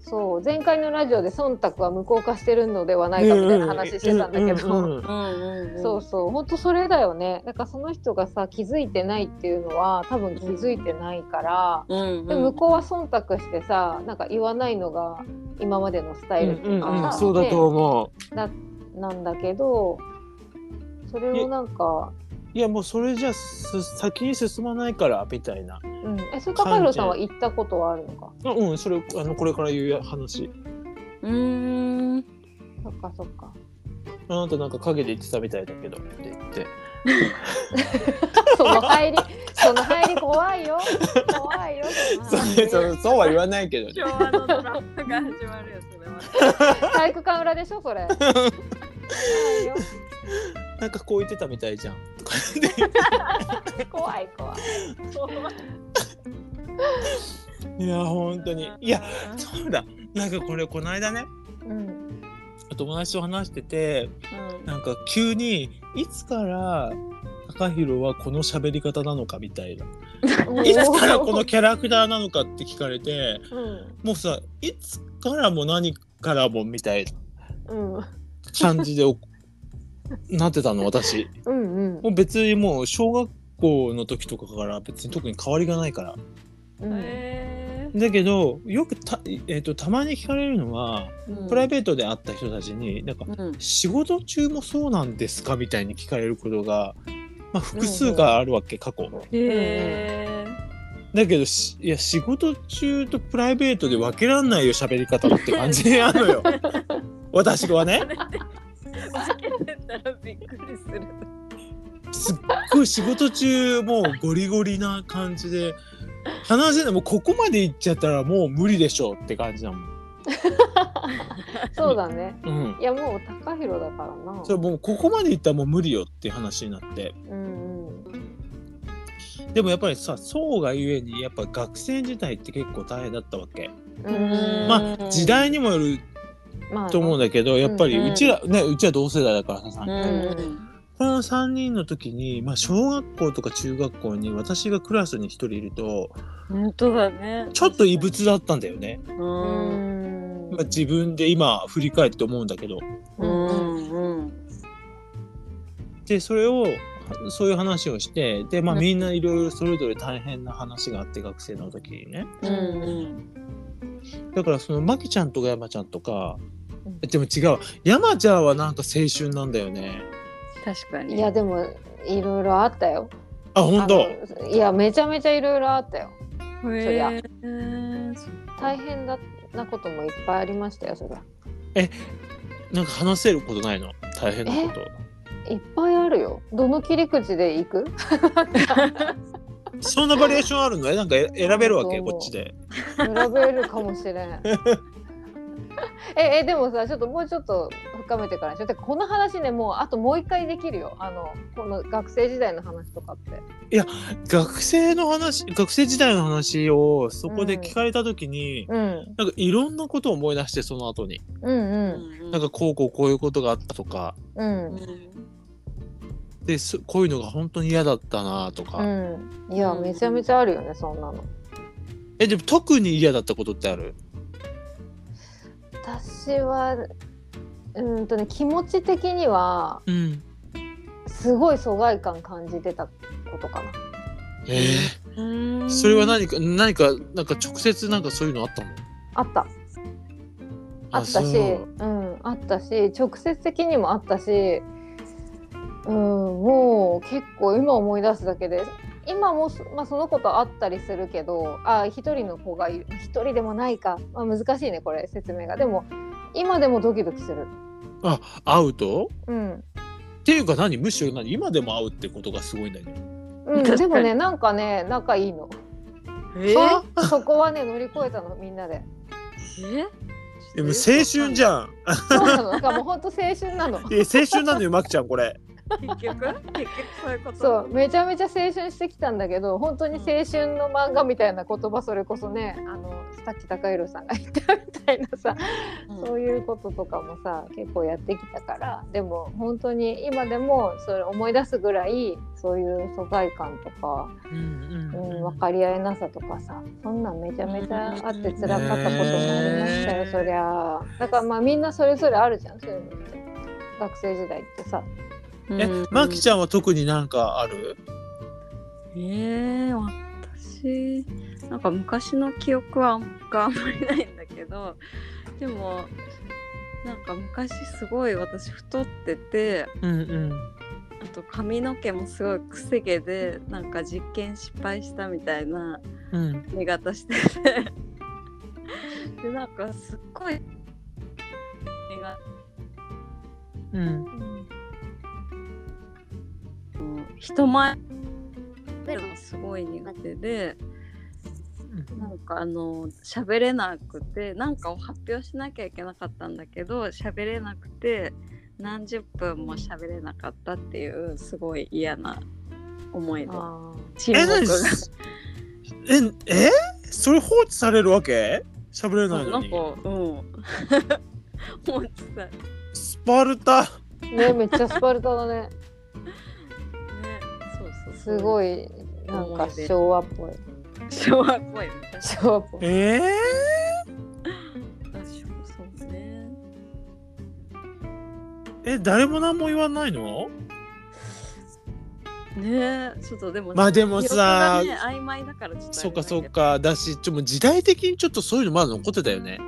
B: そう前回のラジオで忖度は無効化してるのではないかみたいな話してたんだけど、
A: うんうんうん
C: うんう
B: そうそう本当それだよねだからその人がさ気づいてないっていうのは多分気づいてないから、
C: うん
B: でも向こうは忖度してさなんか言わないのが今までのスタイルと
A: うんうんう
B: か
A: ん
B: さ
A: そうだと思う
B: だなんだけどそれをなんか、
A: いやもうそれじゃす先に進まないからみたいな。
B: うん、えそれ高弘さんは行ったことはあるのか
A: あうんそれあのこれから言う話。
C: うーん
B: そっかそっか
A: あなたなんか陰で言ってたみたいだけどって言って。
B: その 入りその入り怖いよ怖いよ その
A: そ
B: 入り
A: うそうは言わないけどね。
C: 昭和のドラマが始まるやつでま
B: 体育館裏でしょ それ怖いよ
A: なんかこう言ってたみたいじゃん。とか言って
B: 怖い怖い
A: いや本当にいやそうだなんかこれこの間ね
B: うん
A: 友達と話しててなんか急にいつから高弘はこの喋り方なのかみたいな。いつからこのキャラクターなのかって聞かれて
B: うん
A: もうさいつからも何からもみたいな。
B: うん
A: 感じでおなってたの私
B: うんうん
A: もう別にもう小学校の時とかから別に特に変わりがないから
B: うん
C: え
A: だけどよくた,、えー、とたまに聞かれるのはプライベートで会った人たちになんか
C: うん
A: 仕事中もそうなんですかみたいに聞かれることが、まあ、複数があるわけ過去
C: へ
A: だけどしいや仕事中とプライベートで分けらんないよ喋り方って感じなのよ私はね
C: え分けてたらびっくりす
A: す
C: る
A: っごい仕事中もうゴリゴリな感じで話せないもうここまで行っちゃったらもう無理でしょうって感じだもん。
B: そうだね
A: うん
B: いやもう高弘だからな
A: それもうここまで行ったらもう無理よって話になって
B: うんうん
A: でもやっぱりさそうがゆえにやっぱ学生時代って結構大変だったわけ
B: うん
A: まあ時代にもよる
B: まあ
A: と思うんだけどやっぱり
B: うんうん
A: うちらねうちは同世代だからさ、
C: うん
A: この3人の時に、まあ、小学校とか中学校に私がクラスに1人いると
C: 本当だね
A: ちょっと異物だったんだよね、
C: う
B: うんん
A: まあ、自分で今振り返って思うんだけど
C: うんうん
A: でそれをはそういう話をしてでまあ
C: うん
A: みんないろいろそれぞれ大変な話があって学生の時にね
C: うん
A: だからそのまきちゃんとか山ちゃんとか
B: うん
A: えでも違う山ちゃんはなんか青春なんだよね
C: 確かに
B: いやでもいろいろあったよ。
A: あ本当
B: あのいやめちゃめちゃいろいろあったよ
C: そ
B: りゃ
C: ー
B: 大変だなこともいっぱいありましたよそれは
A: なんか話せることないの大変なこと
B: いっぱいあるよどの切り口で行く
A: そんなバリエーションあるのえなんかえ選べるわけ
B: そう
A: こっちで
B: 選べるかもしれ んええでもさちょっともうちょっと深めてからにしょてかこの話ねもうあともう一回できるよあのこの学生時代の話とかって
A: 学生の話学生時代の話をそこで聞かれた時に、
B: うん
A: なんかいろんなことを思い出してその後に
B: うん
A: なんかこうこうこういうことがあったとか
B: うんうん
A: でそこういうのが本当に嫌だったなとか、
B: うん、いや、
C: うん
B: めちゃめちゃあるよねそんなの
A: えでも特に嫌だったことってある
B: 私はうーんとね気持ち的には
A: うん
B: すごい疎外感感じてたことかな
A: え
C: う
A: ー
C: ん
A: それは何か何かなんか直接なんかそういうのあったの
B: あったあったし
A: そう
B: うんあったし直接的にもあったしうんもう結構今思い出すだけで今もそ、まあ、その子と会ったりするけどあ一人の子がいる一人でもないか、まあ、難しいねこれ説明がでも今でもドキドキする
A: あ会うと
B: うん
A: っていうか何むしろ何今でも会うってことがすごいんだけど
B: うん、
C: 確かに
B: でもねなんかね仲いいの、
C: え
B: あそこはね乗り越えたのみんなで
A: でも青春じゃ
C: ゃ
A: ん
B: そうなのなんかもうほんと青春なの
A: いや青春なのよまきちゃんこれ
C: 結局結局そういうこと
B: そうめちゃめちゃ青春してきたんだけど本当に青春の漫画みたいな言葉それこそねあのさっき高弘さんが言ったみたいなさ、そういうこととかもさ結構やってきたからでも本当に今でもそれ思い出すぐらいそういう疎外感とか、
A: うん
B: うん、分かり合えなさとかさそんなんめちゃめちゃあって辛かったこともありましたよ、
A: ね
B: そりゃあだからまあみんなそれぞれあるじゃんそういうのって学生時代ってさ
A: えまきちゃんは特になんかある
C: ゃんえー、私なんか昔の記憶はあんがあんまりないんだけどでもなんか昔すごい私太ってて
A: うんうん
C: あと髪の毛もすごいくせ毛でなんか実験失敗したみたいな
A: うん
C: 髪型しててでなんかすっごい髪が
A: うん
C: 人前出るのすごい苦手でなんかあの喋れなくてなんかを発表しなきゃいけなかったんだけど喋れなくて何十分も喋れなかったっていうすごい嫌な思いで
B: あー
C: 沈
A: え
C: 黙
A: 何
C: が
A: ええそれ放置されるわけ喋れないの
C: なん
A: に
C: か うんもうさね
A: スパルタ
B: ねめっちゃスパルタだね
C: そうそう
B: すご
C: い
B: いなんか昭和っぽい
C: 昭和っぽいみたいな
B: 昭和っぽい
A: ええ
C: あそうね
A: え誰も何も言わないの
C: ねえちょっとでも
A: まあでも
C: 記憶が
A: さ、
C: ね、曖昧だからちょっとあれだけど
A: そうかそうかだしちょもう時代的にちょっとそういうのまだ残ってたよね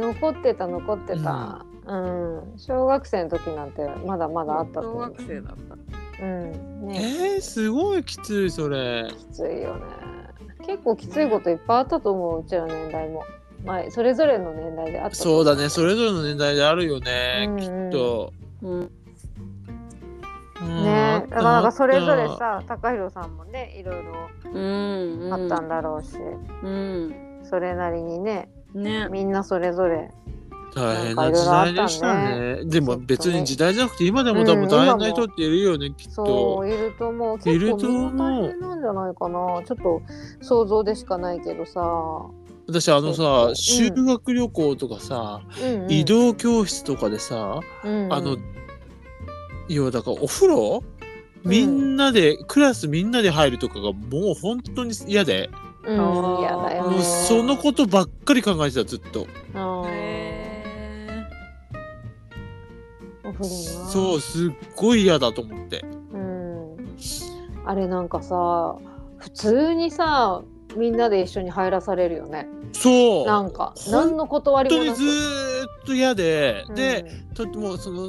B: 残ってた残ってた、うん小学生の時なんてまだまだあったと
C: 小
B: 思う
C: 学生だった
B: うん
A: え
B: ね
A: ー、すごいきついそれ
B: きついよね結構きついこといっぱいあったと思ううちらの年代も前それぞれの年代であったと思
A: そうだねそれぞれの年代であるよね、
B: うんうん
A: きっと、
C: うん
A: うんあ
B: ね
A: っ
B: だからなんかそれぞれ
A: た
B: さ高弘さんもねいろいろ
C: うん
B: あったんだろうし、
C: うん
B: それなりにね
C: ね
B: みんなそれぞれ
A: 大変な時代でした
B: なんか
A: ね
B: い
A: でも
B: ちょっとね
A: 別に時代じゃなくて今でも多分大変な人っているよね、きっ
B: そ
A: と
B: ういると思う
A: い
B: 結
A: る
B: 構
A: と
B: み
A: 思うん
B: な大変なんじゃないかなちょっと想像でしかないけどさ、
A: 私あのさ
B: そう
A: 修
B: うん
A: 学旅行とかさ、
B: うんうん
A: 移、動教室とかでさ、
B: うんうん
A: あの要はだからお風呂
B: うん
A: みんなで、クラスみんなで入るとかがもう本当に嫌で、
B: うん、嫌だよ
A: も
B: ね
A: うそのことばっかり考えてたずっと、
B: うん
C: へ
B: お風呂な
A: そうすっごい嫌だと思って
B: うん、あれなんかさ普通にさみんなで一緒に入らされるよね
A: そう
B: な
A: 本
B: んか
A: ほん
B: 何の断り
A: 当
B: も
A: に
B: なく
A: ずーっと嫌で、で
B: うん
A: ともうその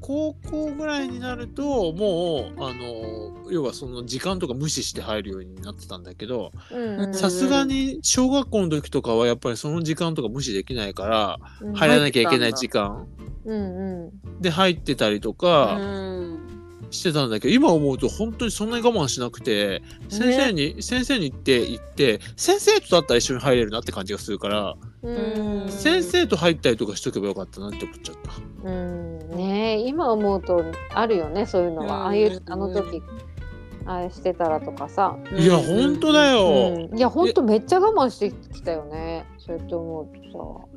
A: 高校ぐらいになるともうあの要はその時間とか無視して入るようになってたんだけど
B: うんうん
A: さすがに小学校の時とかはやっぱりその時間とか無視できないから
B: うん
A: 入らなきゃいけない時間
B: うんうん
A: で入ってたりと
C: う
A: か
C: ん
A: してたんだけど今思うと本当にそんなに我慢しなくて先生に、先生に行って行って先生とだったら一緒に入れるなって感じがするから
B: うん
C: うん
A: 先生と入ったりとかしとけばよかったなって思っちゃった。
B: うんねえ今思うとあるよねそういうのは、
C: うん
B: ああいうあの時あれしてたらとかさ、
A: いや本当だよ、
B: うん、いやほんとめっちゃ我慢してきたよねそうやって思うと
C: そ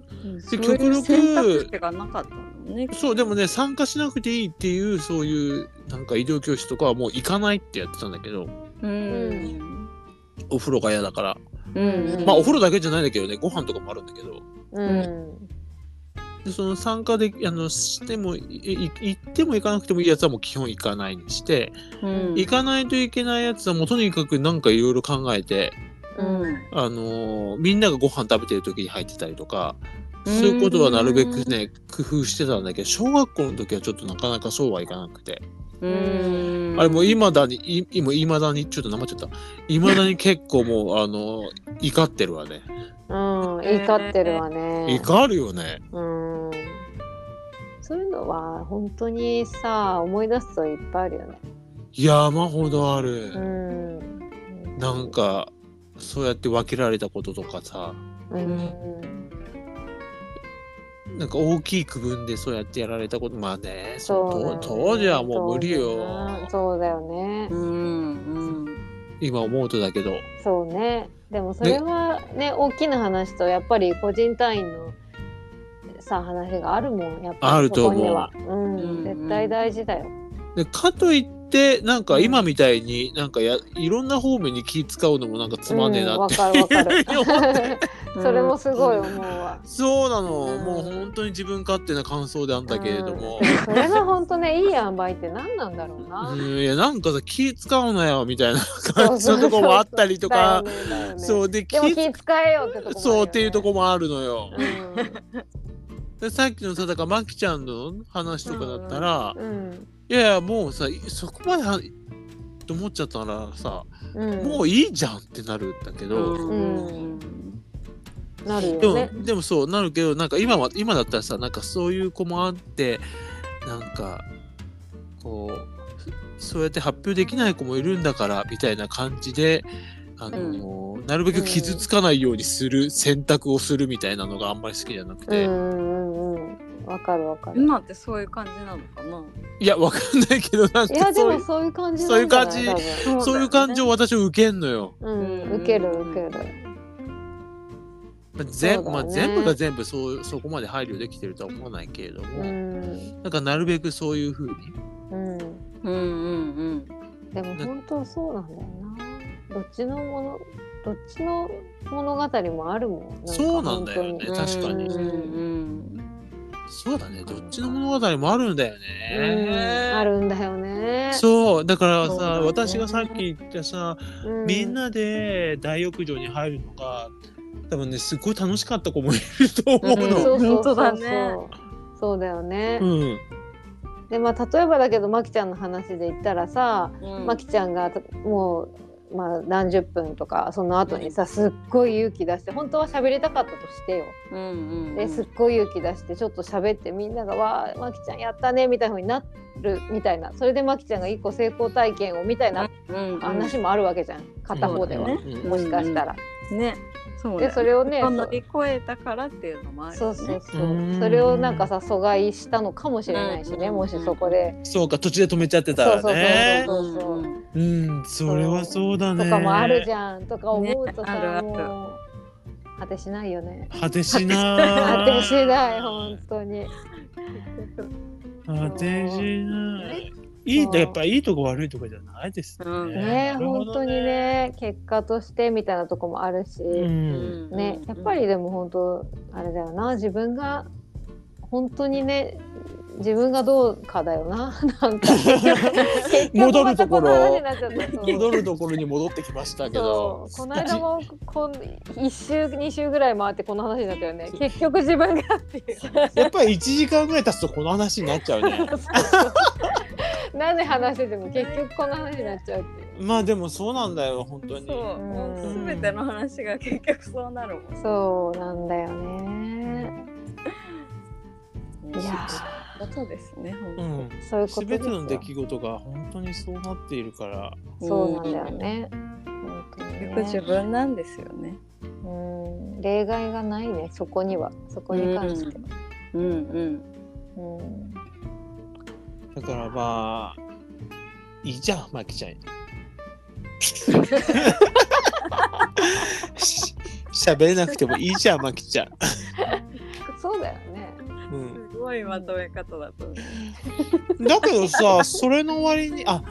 C: う
A: 極
C: いう
A: 力
C: 選択肢がなかったのね
A: そうでもね参加しなくていいっていうそういうなんか医療教室とかはもう行かないってやってたんだけど
C: うん
A: お風呂が嫌だから
C: うん
A: まあお風呂だけじゃないんだけどねご飯とかもあるんだけど
B: さうん
A: でその参加であのしてもいい行っても行かなくてもいいやつはもう基本行かないにして、
C: うん
A: 行かないといけないやつはもうとにかくなんかいろいろ考えて、
C: うん
A: あのーみんながご飯食べてる時に入ってたりとかそういうことはなるべくね工夫してたんだけど小学校の時はちょっとなかなかそうはいかなくて。
C: うん
A: あれもう未だに、い今、未だに、ちょっとなまっちゃった。未だに結構もう、あの、怒ってるわね。
B: うん、怒ってるわね、
A: 怒るよね。
B: うんそういうのは本当にさ思い出すといっぱいあるよね
A: 山ほどあ
B: う
A: る。
B: ん
A: なんか、そうやって分けられたこととかさ、
B: うん
A: なんか大きい区分でそうやってやられたこと、まあね、
B: そ
A: そう
B: うだよね
A: 当時はもう無理
B: 当時な
A: よ。
B: そうだよね
C: うんうん
A: 今思うとだけど。
B: そうねでもそれはね大きな話とやっぱり個人単位のさ話があるもんやっぱり
A: あると思う
B: そこにはうん、
C: うん
B: 絶対大事だよ
A: でかといって、なんか今みたいになんかや、いろんな方面に気使うのもなんかつまんねえな
B: うん
A: っ
B: わ
A: て。
B: かるわか る
C: う ん
B: それもすごい思うわ
A: そうなの、
B: うん
A: もう本当に自分勝手な感想なんだけれども
B: う、んそれが本当ねいい塩梅って何なんだろう
A: う
B: な、
A: ん、いやなんかさ気使うなよみたいな
B: そ
A: 感
B: う
A: じのとこもあったりとか
B: だよねだよね
A: そうで気
B: でも気遣えよってとこもあるよね
A: そうっていうとこもあるのよ。
B: う
A: でさっきのさだからまきちゃんの話とかだったら、
B: んうん
A: いやいやもうさそこまではと思っちゃったらさ、
B: うん
A: もういいじゃんってなるんだけど、
C: うん
B: なる
A: で
B: よ
A: も、
B: ね
A: でもそうなるけどなんか今は今だったらさなんかそういう子もあってなんかこうそそうやって発表できない子もいるんだからみたいな感じで。あのなるべく傷つかないようにする選択をするみたいなのがあんまり好きじゃなく
B: う
A: て、
B: んうんうんわかるわかる
C: 今ってそういう感じなのかない
A: やわかんないけどなん
B: いや
A: か
B: で
A: そうい
B: も
A: う
B: そういう感じ
A: そういう
B: なん
A: 感じ
B: じゃな
C: そ
A: そういう感情を私は受けんのよ。
B: 多分うん
C: うん
B: 受ける受ける
A: まあ全
B: そうだね
A: まあ、全部が全部そうそこまで配慮できてるとは思わないけれども、
B: うん
A: なんかなるべくそういうふうに
B: うん
C: うんうん
B: でも本当そうなんだよなどっちのものどっちの物語もあるもんなんか
A: そうなんだよね
B: 本当
C: うん
B: に
A: 確かに
C: うん
A: そうだね、どっちの物語もあるんだよ
B: うん
A: ね。
B: あるんだよね
A: そう、だから
B: そう
A: さ、
B: だね
A: 私がさっき言ったさ、
B: う
A: みんなで大浴場に入るのが、多分ね、すごい楽しかった子もいると思う
B: うん
A: の。
B: そうそう
C: 本当だね
B: そうそうそうだよね
A: うん、
B: でまあ例えばだけどまきちゃんの話で言ったらさ
C: うん
B: まきちゃんがたもう、まあ、何十分とかその後にさすっごい勇気出して本当は喋りたかったとしてよ
C: うんうん
B: ですっごい勇気出してちょっと喋ってみんなが「わあまきちゃんやったね」みたいな風になるみたいなそれでまきちゃんが一個成功体験をみたいな
C: うんうん
B: 話もあるわけじゃん片方では、
C: そうだ
A: ね
B: もしかしたら。
C: ねそう
B: でそれをね
C: を乗り越えたからっていうのもある
B: そ
C: よ
B: う
C: ね
B: そうそう
A: うん
B: それをなんかさ阻害したのかもしれないしね、
C: うん
B: もしそこで、
A: そうか、途中で止めちゃってたらね。
B: そうそうそう
A: うん、それはそうだね。
B: とかもあるじ
A: ゃん。
B: ゃんとか思うと
C: ねある
B: さ、
C: ある
B: もう果てしないよね。
A: 果てしな
B: 果てし
A: い。
B: ない本当に。
A: 果てしない。
B: う
A: いいと、やっぱいいとこ悪いとこじゃないですね。
C: うん
B: ね
A: なるほ
B: 本当
A: ど
B: にね結果としてみたいなとこもあるし、
A: うん。
B: ねやっぱりでも本当あれだよな自分が本当にね自分がどうかだよな なんか
A: 戻るところ
B: 結局またこの話になっちゃったそう
A: 戻るところに戻ってきましたけ
B: そ
A: ど
B: うこの間もこん1週2週ぐらい回ってこの話になったよね結局自分がっていう
A: やっぱり1時間ぐらい経つとこの話になっちゃうね
B: 何話してても結局この話になっちゃうって いう
A: まあでもそうなんだよ本当に
C: そう、もう全ての話が結局そうなるもん。
B: そうなんだよね
C: い
B: いや
C: ことですね。本当
A: う
C: に
A: ん
B: そういうこ
A: 全
B: とで
A: て
B: すよ
A: の出来事が本当にそうなっているから
B: そうなんだよね本当にね
C: 結局自分なんですよね。
B: うん例外がないねそこにはそこに関しては
C: うんうん。
B: うん
A: だからまあいいじゃんマ キちゃんし喋れなくてもいいじゃんマキちゃん、
B: そうだよね
A: うん、
C: すごいまとめ方だと思う。
A: だけどさそれの割にあ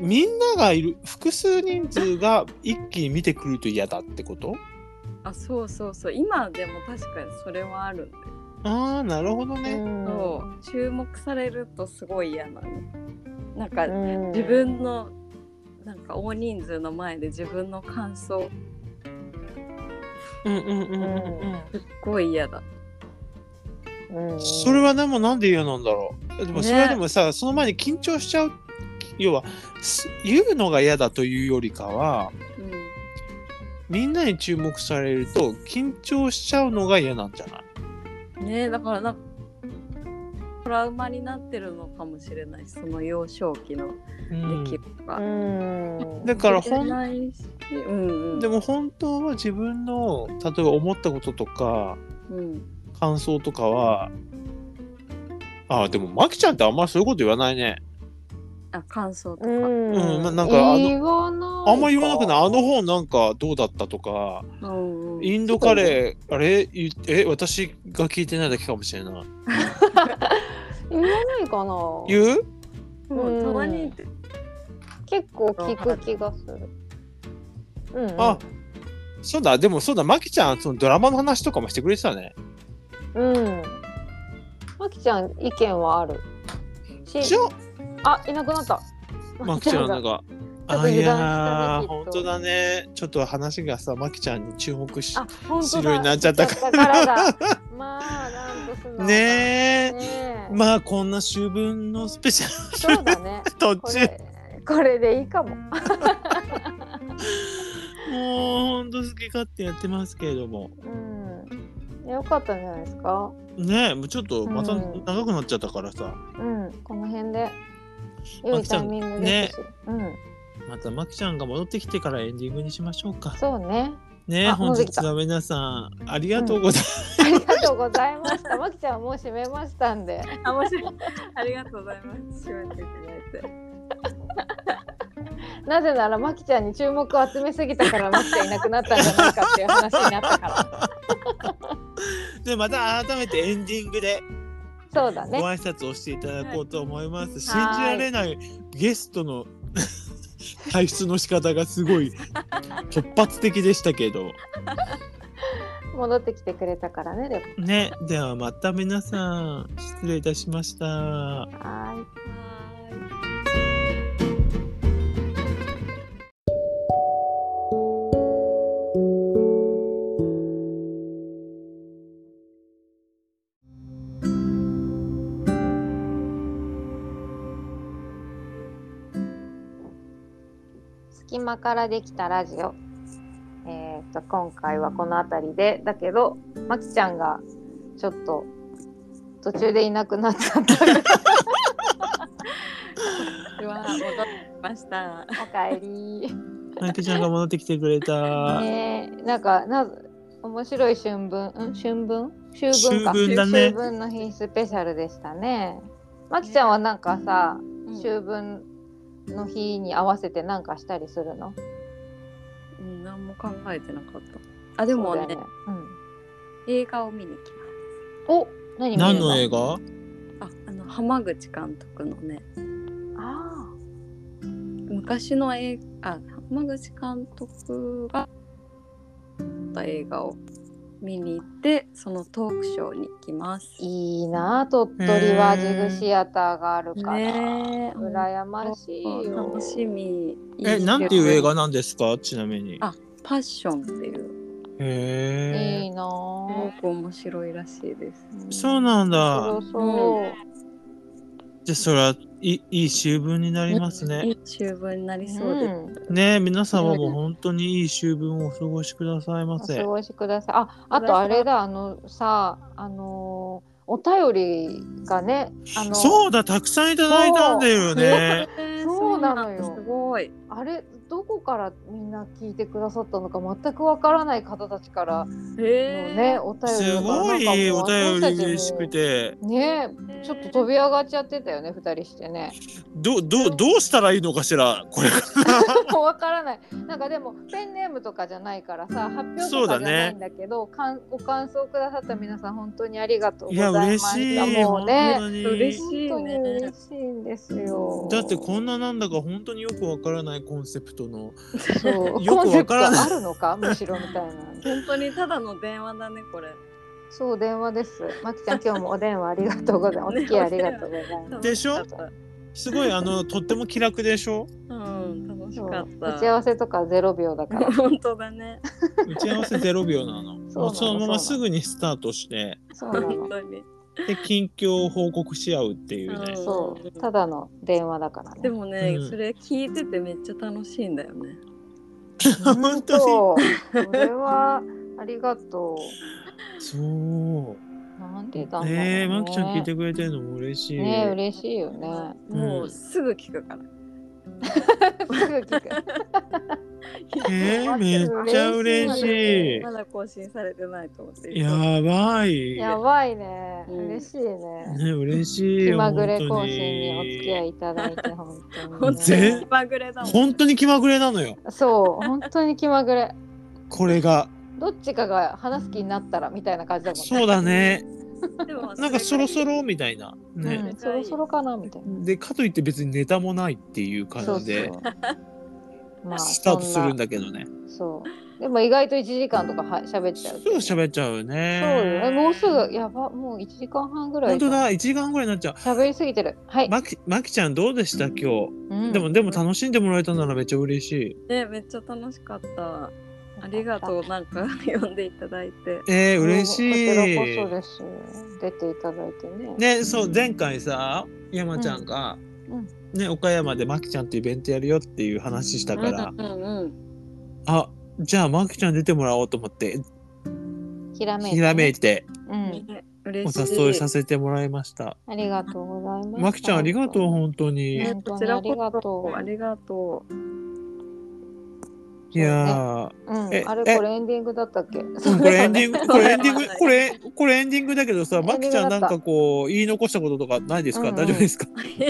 A: みんながいる複数人数が一気に見てくると嫌だってこと
C: あ、そうそうそう。今でも確かにそれはあるんで。
A: ああなるほど
B: う
A: ね。
B: ん
C: そう。注目されるとすごい嫌なの。なんか
B: うん
C: 自分のなんか大人数の前で自分の感想
A: うんうんうん
B: うん
C: すっごい嫌だ。
B: うん
A: それはでもなんで嫌なんだろうでも
C: ね
A: それはでもさ、その前に緊張しちゃう要はす言うのが嫌だというよりかは
C: うん。
A: みんなに注目されると緊張しちゃうのが嫌なんじゃない
C: ねえだからなんかトラウマになってるのかもしれないしその幼少期の
A: うん
C: 出来事
B: う
C: が。
B: ん
A: だから
C: 知ら
A: ほん
C: ないしうんうん
A: でも本当は自分の例えば思ったこととか
C: うん、
A: 感想とかはあでもまきちゃんってあんまりそういうこと言わないね
C: あ感想と
B: うん
C: か、
A: うんまあなんかあの
B: 言わない
A: あんまり言わなくないあ
B: い
A: の本なんかどうだったとか
C: うんうん
A: インドカレーあれゆえ私が聞いてないだけかもしれない
B: 言わないかな
A: 言う
C: もうたま
B: うん
C: に
B: 結構聞く気がする。うんうん、
A: あそうだでもそうだまきちゃんそのドラマの話とかもしてくれてたね
B: うん。まきちゃん意見はある。し
A: じゃ
B: あいなくなった。
A: あまきちゃんなん
B: が
A: か
B: ちょっと
A: あい
B: 油
A: やー
B: 断したねきっと
A: 本当だねちょっと話がさまきちゃんに注目し
B: あ本
A: す
B: 当
A: るようにな
B: だ。
A: っちゃった
B: だ
A: か
B: からだ。まあなんとすん
A: ら
B: の。ね
A: ねえ
B: え。
A: まあこんな週分のスペシャ
B: そうだね。
A: ル途
B: こ
A: 中
B: れこれでいいかも。
A: もうほんと好き勝手やってますけれども
B: うん。よかったんじゃないですか。
A: ねえもうちょっとまた
B: うん
A: 長くなっちゃったからさ、
B: うん。この辺で良いタイミングですし。うん。
A: またまきちゃんが戻ってきてからエンディングにしましょうか
B: そうね。
A: ねえ
B: あ
A: 本
B: 戻って
A: 日
B: きた
A: は皆さんありがとうございます、
B: ありがとうございました。 まきちゃんはもう閉めましたんで。
C: あ面白いありがとうございます締めていただいて
B: なぜならマキちゃんに注目を集めすぎたからマキちゃんいなくなったんじゃないかっていう話になったから。
A: でまた改めてエンディングで
B: そうだ
A: ご
B: ね。
A: 挨拶をしていただこうと思います、信
C: はい
A: じられないゲストの 退出の仕方がすごい突発的でしたけど
B: 戻ってきてくれたからね。でも
A: ねではまた皆さん失礼いたしました。
B: はーい。
C: はーい
B: 隙間からできたラジオ。えっ、と今回はこの辺りでだけどマキちゃんがちょっと途中でいなくなっちゃった
C: では戻ってきました
B: おかえり。
A: マイクちゃんが戻ってきてくれた。
B: ねえなんかな面白い春分ん春分秋分か
A: 秋分だね
B: 秋分の日スペシャルでしたね。まきちゃんはなんかさ、秋分の日に合わせてなんかしたりするの
C: うん何も考えてなかったあで
B: そ
C: も
B: うだ
C: ね
B: ようん、
C: 映画を見に行きま
B: お何見る
A: 何の映画
C: すああの浜口監督のね
B: あ
C: 昔の映画あ浜口監督が撮った映画を見に行ってそのトークショーに行きます。
B: いいなあ鳥取はジグシアターがあるから、
C: ねえ
B: 羨ましいよ
C: 楽しみ。
A: え、なんていう映画なんですかちなみに。
C: あパッションっていう
A: へえ。
B: いいなあ
C: すごく面白いらしいです。
A: そうなんだ
B: 面。白そう、
A: じゃあそれはいいいい週分になります
C: い
A: ね。
C: い中文になりそうです。
A: ね皆様も本当にいい週分をお過ごしくださいま
B: お過
A: せ。
B: ごしください。あ、あとあれだ、あのさ、あのーお便りがね、あの
A: そうだ、たくさんいただいたんだよね。
B: そうなのよ
C: すごい。
B: あれどこからみんな聞いてくださったのか全くわからない方たちからのね、お便り
A: す
B: だから
A: ごい
B: なん
A: お
B: かもう
A: 便
B: 私たち
A: り
B: も
A: 嬉しくて。
B: ね、ちょっと飛び上がっちゃってたよね、二人して ね。
A: どどうどうしたらいいのかしらこれ
B: もうわからない。なんかでもペンネームとかじゃないからさ、発表
A: そ
B: と
A: うだ
B: かじ
A: ね
B: ゃないんだけど、かんご感想くださった皆さん本当にありがとう ご
A: い
B: ざ
A: や
B: いま
A: 嬉
B: した。
A: しい
B: もうね。
A: 本当に
C: 嬉しい
B: 本当に嬉しいんですよ。
A: だってこん ななんだか本当によくわからないコンセプトの
B: そう
A: よ
B: コ
A: く
B: ン
A: わ
B: セプト
A: からない
B: あるのかむしろみたいな。
C: 本当にただの電話だねこれ。
B: そう電話です。まきちゃん今日もお電話ありがとうご ざいます。お付き合いありがとうございます。
A: でしょすごいあのとっても気楽でしょ
C: うん楽し
B: そう
C: かっ
B: 打ち合
C: た。
B: わせとかゼロ秒だから。
C: 本当だね。
A: 打ち合わせ0秒なの
B: そうなの
A: もうそのまますぐにスタートして
B: そうな
C: 本
B: の。
C: 当に。
A: で近況を報告し合うっていうね、
C: うん
B: そうただの電話だからね。
C: でもね、
A: うん
C: それ聞いててめっちゃ楽しいんだよね。
A: 本当
B: に。それはありがと
A: にそう
B: う。なんでだろう
A: ねえマキちゃん聞い
B: ね
A: てくれてるのも嬉しい、
B: ねえ嬉しいよね。
C: もうすぐ聞くから。
B: すぐ聞く。
A: えーめっちゃ嬉し い
C: まだ更新されてないと思って。
A: やばい
B: やばいね。
C: うん
B: 嬉しいね。
A: ね嬉しい
B: 気
A: よ
B: まぐれ
A: 本
B: 更
A: 当
B: 新
A: に
B: にお付き合いいただいて本当に、ね。
C: 本当
A: 全
C: に気まぐれだもん。
A: 本当に気まぐれなのよ
B: そう本当に気まぐれ。
A: これが
B: どっちかが話す気になったらみたいな感じだもんね。
A: そうだね
C: でも
A: なんかそろそ
C: れがい
A: ろみたいな
B: う
A: ね、
B: ん、そろそろかなみたいな。
A: でかといって別にネタもないっていう
B: そ
A: 感
B: う
A: じ
B: そ
A: で。
B: うまあ
A: スタートするん
B: だ。
A: だけどね
B: そう。でも意外と1時間とかは喋っちゃう。
A: すぐ喋っちゃうね
B: そうよ。えもうすぐやばもう1時間半ぐらい。
A: 本当だ1時間ぐらいになっちゃ
B: 喋りすぎてる。は
A: う
B: い。
A: まきまきちゃんどうでした今
B: う
A: 日
B: ん
A: でもでも楽しんでもらえたならめっちゃ嬉しい
C: ねめっちゃ楽しかった。ありがとうなんか呼んでいただいて。
A: えー、嬉し
B: こちら
A: い
B: こそです。出ていただいてね。
A: ねそう前回さ山ちゃんが、
B: うん
A: ね岡山でまきちゃんとイベントやるよっていう話したから、
C: うんうん。
A: あじゃあまきちゃん出てもらおうと思って
B: ひらめいて。
A: ひらめいて
B: うん。
C: ね
A: お
C: 嬉しい。
A: 誘いさせてもらいました
B: ありがとうございます。
A: まきちゃんありがとう本当に、
C: ね
B: 本当
C: こ
B: に
C: ちら
B: ありがと
C: こ
B: う
C: そありがとう。
A: いやー、
B: うん。
A: え
B: あれ
A: え
B: これエンディングだったっけ？
A: うんこれエンディング、これエンディン
C: そうだ
A: グ、
C: ね
A: これ、これエンディングだけどさ、
B: エンディ
A: ま
B: ング
A: きちゃん
B: だ
A: な
B: った
A: んかこう、言い残したこととかないですか、
B: うんうん
A: 大丈夫ですか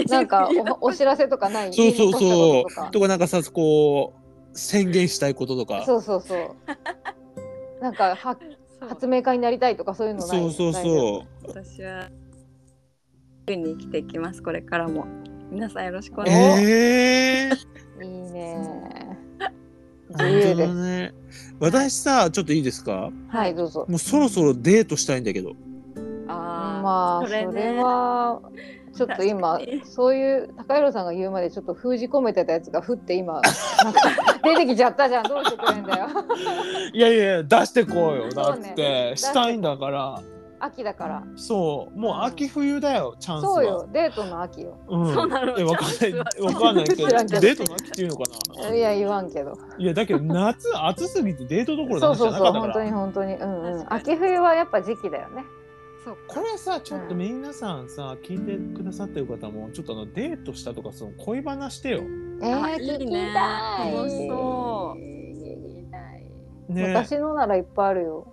B: なんかおお知らせとかない。
A: そうそう
B: 言い
A: そ
B: 残したこととか
A: う。とかなんかさ、こう、宣言したいこととか。
B: そうそうそう。なんかは
C: そう
B: 発明家になりたいとかそういうのない。
A: そうそうそ
C: 私は冬に生きていきますこれからも。皆さんよろしくお
A: う。
C: 願いします。
A: ええ
B: う。いいね。
A: ー。
B: 自由で
A: 本当
B: す。
A: だね。私さ、ちょっといいですか
B: はいどうぞ。
A: もうそろそろデートしたいんだけど。
B: まあそれはちょっと今
C: 確かに
B: そういう高弘さんが言うまでちょっと封じ込めてたやつが降って今なんか出てきちゃったじゃんどうしてくれんだよ
A: いやいや、出してこうよ。だ
B: そう
A: っ
B: ね
A: て、したいんだから。
B: 秋だから
A: そう、もう秋冬だよ、チャンスは。
B: そうよデートの秋よ
A: うん。
C: そうなの
A: え、わかん
C: チ
A: な
C: ャン
A: い、わ
C: スは
A: かんないけど、
B: 知らんけど
A: デートの秋っていうのかな。
B: いや言わんけど
A: いやだけど 夏暑すぎてデートどころの
B: そう
A: 話じ
B: そ
A: ゃ
B: う
A: な
B: そ
A: か
B: う
A: ったか
B: 本当
A: ら
B: に本当にうんうん
C: 確かに
B: 秋冬はやっぱ時期だよね
C: そう
A: これさちょっと皆さんさ聞いてくださってる方もちょっとあのデートしたとかその恋バナしてよ
B: え
C: あ
B: ー、
C: いいね
B: 聞きたい
C: 楽しそう
B: 聞きたい
A: ね
B: 昔のならいっぱいあるよ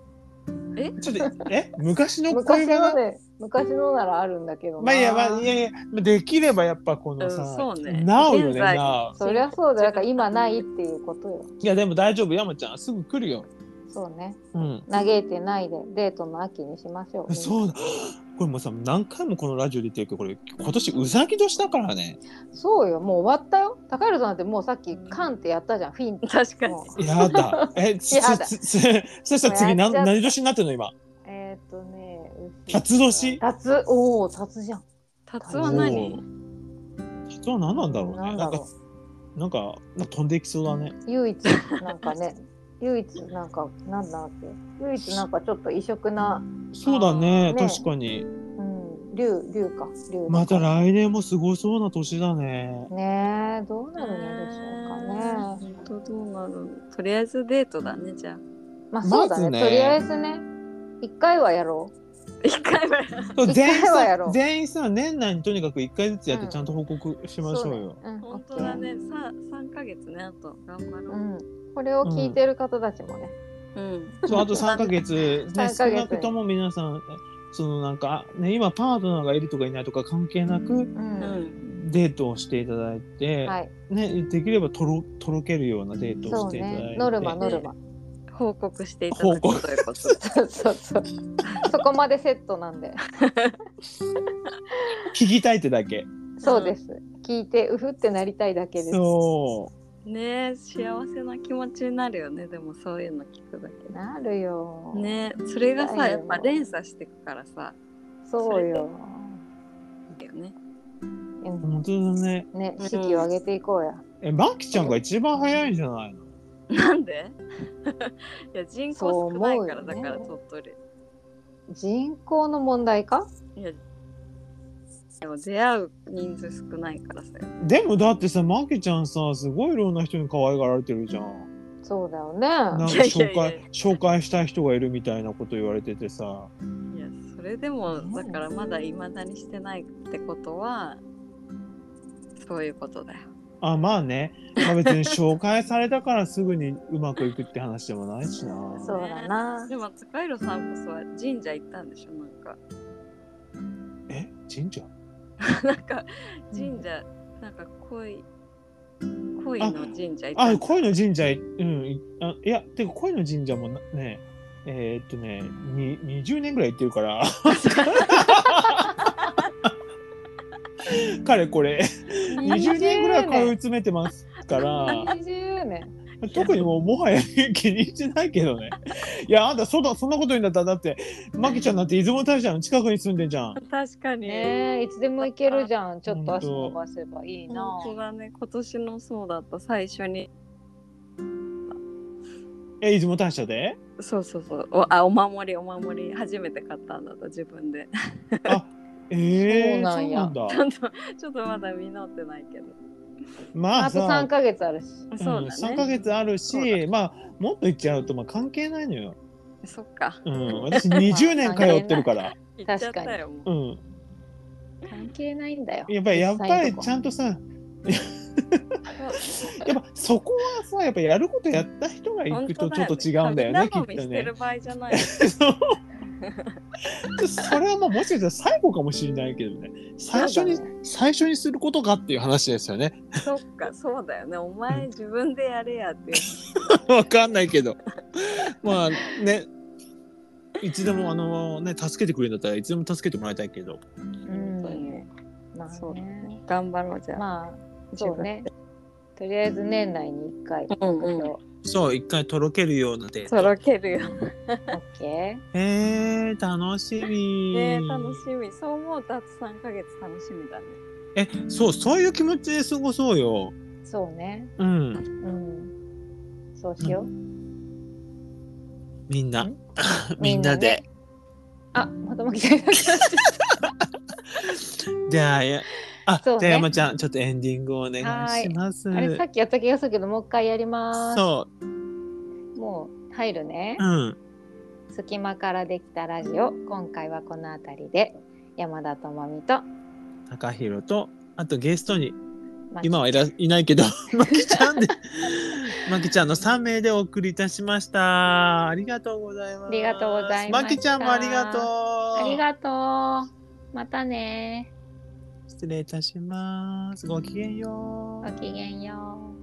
A: ちょっとえ昔の
B: 昔
A: 恋バナ
B: のね昔のならあるんだけどな
A: まあいやまあいやいやできればやっぱこのさ、
C: うんそうね
A: なおよ
C: 現
A: ね
C: 在
A: なお
B: そりゃそうだよだから今ないっていうことよ
A: いやでも大丈夫山ちゃんすぐ来るよ
B: そうね
A: うん
B: 嘆いてないでデートの秋にしましょう。
A: そうだ これもうさ何回もこのラジオで言ってるけどこれ今年うさぎ年だからね
B: そうよもう終わったよ高弘さんってもうさっきカンってやったじゃんフィンって
C: 確かに
B: もう
A: やだえつ
B: やだ
A: つつつそしたら次な
B: もうやっちゃった
A: 何年になってるの今
B: えーっとね
A: 辰年
B: タツおおタツじゃん
C: タツ
B: それ
C: は
B: は
A: お
C: 何
A: ーそれは何なんだろうね
B: なん
A: な
B: だ
A: んか
B: ろ
A: なんかなんか飛んでいきそうだね
B: う唯一なんかね 唯一なんかなんだっけ唯一なんかちょっと異色な
A: そうだね
B: あーね
A: 確かに
B: うん竜竜か竜
A: また来年もすごそうな年だね
B: ねえどうなるのでしょうかね。
C: 本当どうなるのとりあえずデートだねじゃあ
B: まあそうだね,、
A: まずね
B: とりあえずね一回はやろ
C: 一回目
B: 一
A: 全員
B: 回はやろ
A: さ
B: う
A: 全員さ年内にとにかく1回ずつやって
B: うん
A: ちゃんと報告し
B: う。
A: ましょう
B: そ
A: よ
B: ね。うん
C: 本当
B: OK
C: だねさ三ヶ月ねあと頑張
B: う
C: ろ
B: んこれを聞いてる方たちもね。
C: ううん
A: そうあと3ヶ月、 ね、
B: 三
A: 少
B: ヶ月
A: なくとも皆さんそのなんか、ね、今パートナーがいるとかいないとか関係なく
B: う。
C: うんん
A: デートをしていただいて、
B: はい。
A: ね、できればとろとろけるようなデート
B: そ
A: を
B: う
A: していただいて、
B: ね。ノルマノルマ。
C: 報告していただく
A: 報
C: と
A: 告
C: いうこと
B: そうそ うそう。そこまでセットなんで。
A: 聞きたいってだけ
B: そうです。聞いてうふってなりたいだけです。
A: そ
C: ねえ幸せな気持ちになるよねでもそういうの聞くだけ
B: なるよ。。
C: ねえそれが
B: だ
C: さ
B: よ
C: やっぱ連鎖してくからさ
B: そうよ。
C: いいよね
B: う
A: うん本当だね
B: ね式を上げていこうや。
A: えマキちゃんが一番早いんじゃないの
C: なんで いや人口少ないから
B: そう思う
C: だ
B: よね
C: から鳥取
B: 人口の問題か？
C: いやでも出会う人数少ないからさ
A: でもだってさマキちゃんさすごいいろんな人に可愛がられてるじゃん
B: そうだよ
A: なん
B: ね。
A: か
C: いやいや
A: 紹
C: いやい
A: 介紹介したい人がいるみたいなこと言われててさ
C: いやそれでもだからまだいまだにしてないってことはそういうことだよ
A: あまあね、まあ、別に紹介されたからすぐにうまくいくって話でもないしな
B: そうだな。
C: でも高弘さんこそは神社行ったんでしょなんか
A: え神社
C: なんか神社、なんか恋恋の神社行った
A: あ
C: んだ
A: 恋の神社うんいあいやてか恋の神社もなねえーっとねに20年ぐらい行ってるから 彼これ20年ぐらい通い詰めてますから
B: 二十年。
A: 特にもうもはや気にしてないけどねいやあんたそんなそんなこと言うんだったらだってマキちゃんだって出雲大社の近くに住んでんじゃん
C: 確かに、
B: ねえ、いつでも行けるじゃん。ちょっと足伸ばせばいいな
C: 本。当だね今年のそうだった最初に
A: え出雲大社で
C: そうそうそうおあお守りお守り初めて買ったんだと自分で
A: えー、
B: そうなんや
A: そうなん
C: ち
A: だ
C: ょっとちょっとまだ実ってないけど
A: まあ
B: あと
A: さ
B: 三ヶ月あるし。
C: そう
A: うん、
C: だ
A: 3ヶ
C: ね、
A: 月あるし、
C: そうだ
A: まあもっと言っちゃうとまあ関係ないのよ。
C: そっか
A: うん、私20年通ってるから。
C: 行っちゃったよもう
A: うん、
B: 関係ないんだよ。
A: やっぱりやっぱ
B: 実際の
A: り
B: とこ
A: ちゃんとさ、やっぱそこはさやっぱやることやった人が行くとちょっと違うんだよねきっ
C: 神
A: と
C: 頼みして
A: ね
C: る。場合じゃな い。
A: そう それはまあもしかしたら最後かもしれないけどね。最初に、
B: そうだ
A: 最初にすることかっていう話ですよね。
C: そっか、そうだよね。お前自分でやれやって。
A: わかんないけど、まあね。いつでもあのね助けてくれるんだったらいつでも助けてもらいたいけど。
B: うん
C: ね。
B: ま
C: そう
B: あ
C: だ
B: ね。
C: 頑張ろうじゃあ。
B: まあそうね。とりあえず年内に一回。
C: うん
B: オ
C: うん。
A: そう一回とろけるようなデート
C: とろけるよ。
B: ッケ
A: えー、楽しみ。
C: ね楽しみ。そう思うとあと3ヶ月楽しみだね。
A: え、そう、そういう気持ちで過ごそうよ。
B: ー。そうね。
A: うん、
B: うん。そうしよう。
A: みんな
B: うん。
A: みんなで。
B: あ、またまきたい。
A: じゃあ、やあ、
B: そうね
A: じゃあ山ちゃん、ちょっとエンディングをお願いします。
B: あれさっきやった気がするけど、もう一回やります。
A: そ
B: もう入るね。
A: う、うん。
B: 隙間からできたラジオ今回はこのあたりで山田智美と
A: 高弘と、あとゲストに、
B: ま
A: 今はいらいない けど、まきちゃんで、まきちゃんの3名でお送りいたしました。ありがとうございます。
B: ありがとうございました
A: まきちゃんもありがとう。
B: ありがとうまたね
A: 失礼いたします。ごきげんよう
B: ご。きげんよう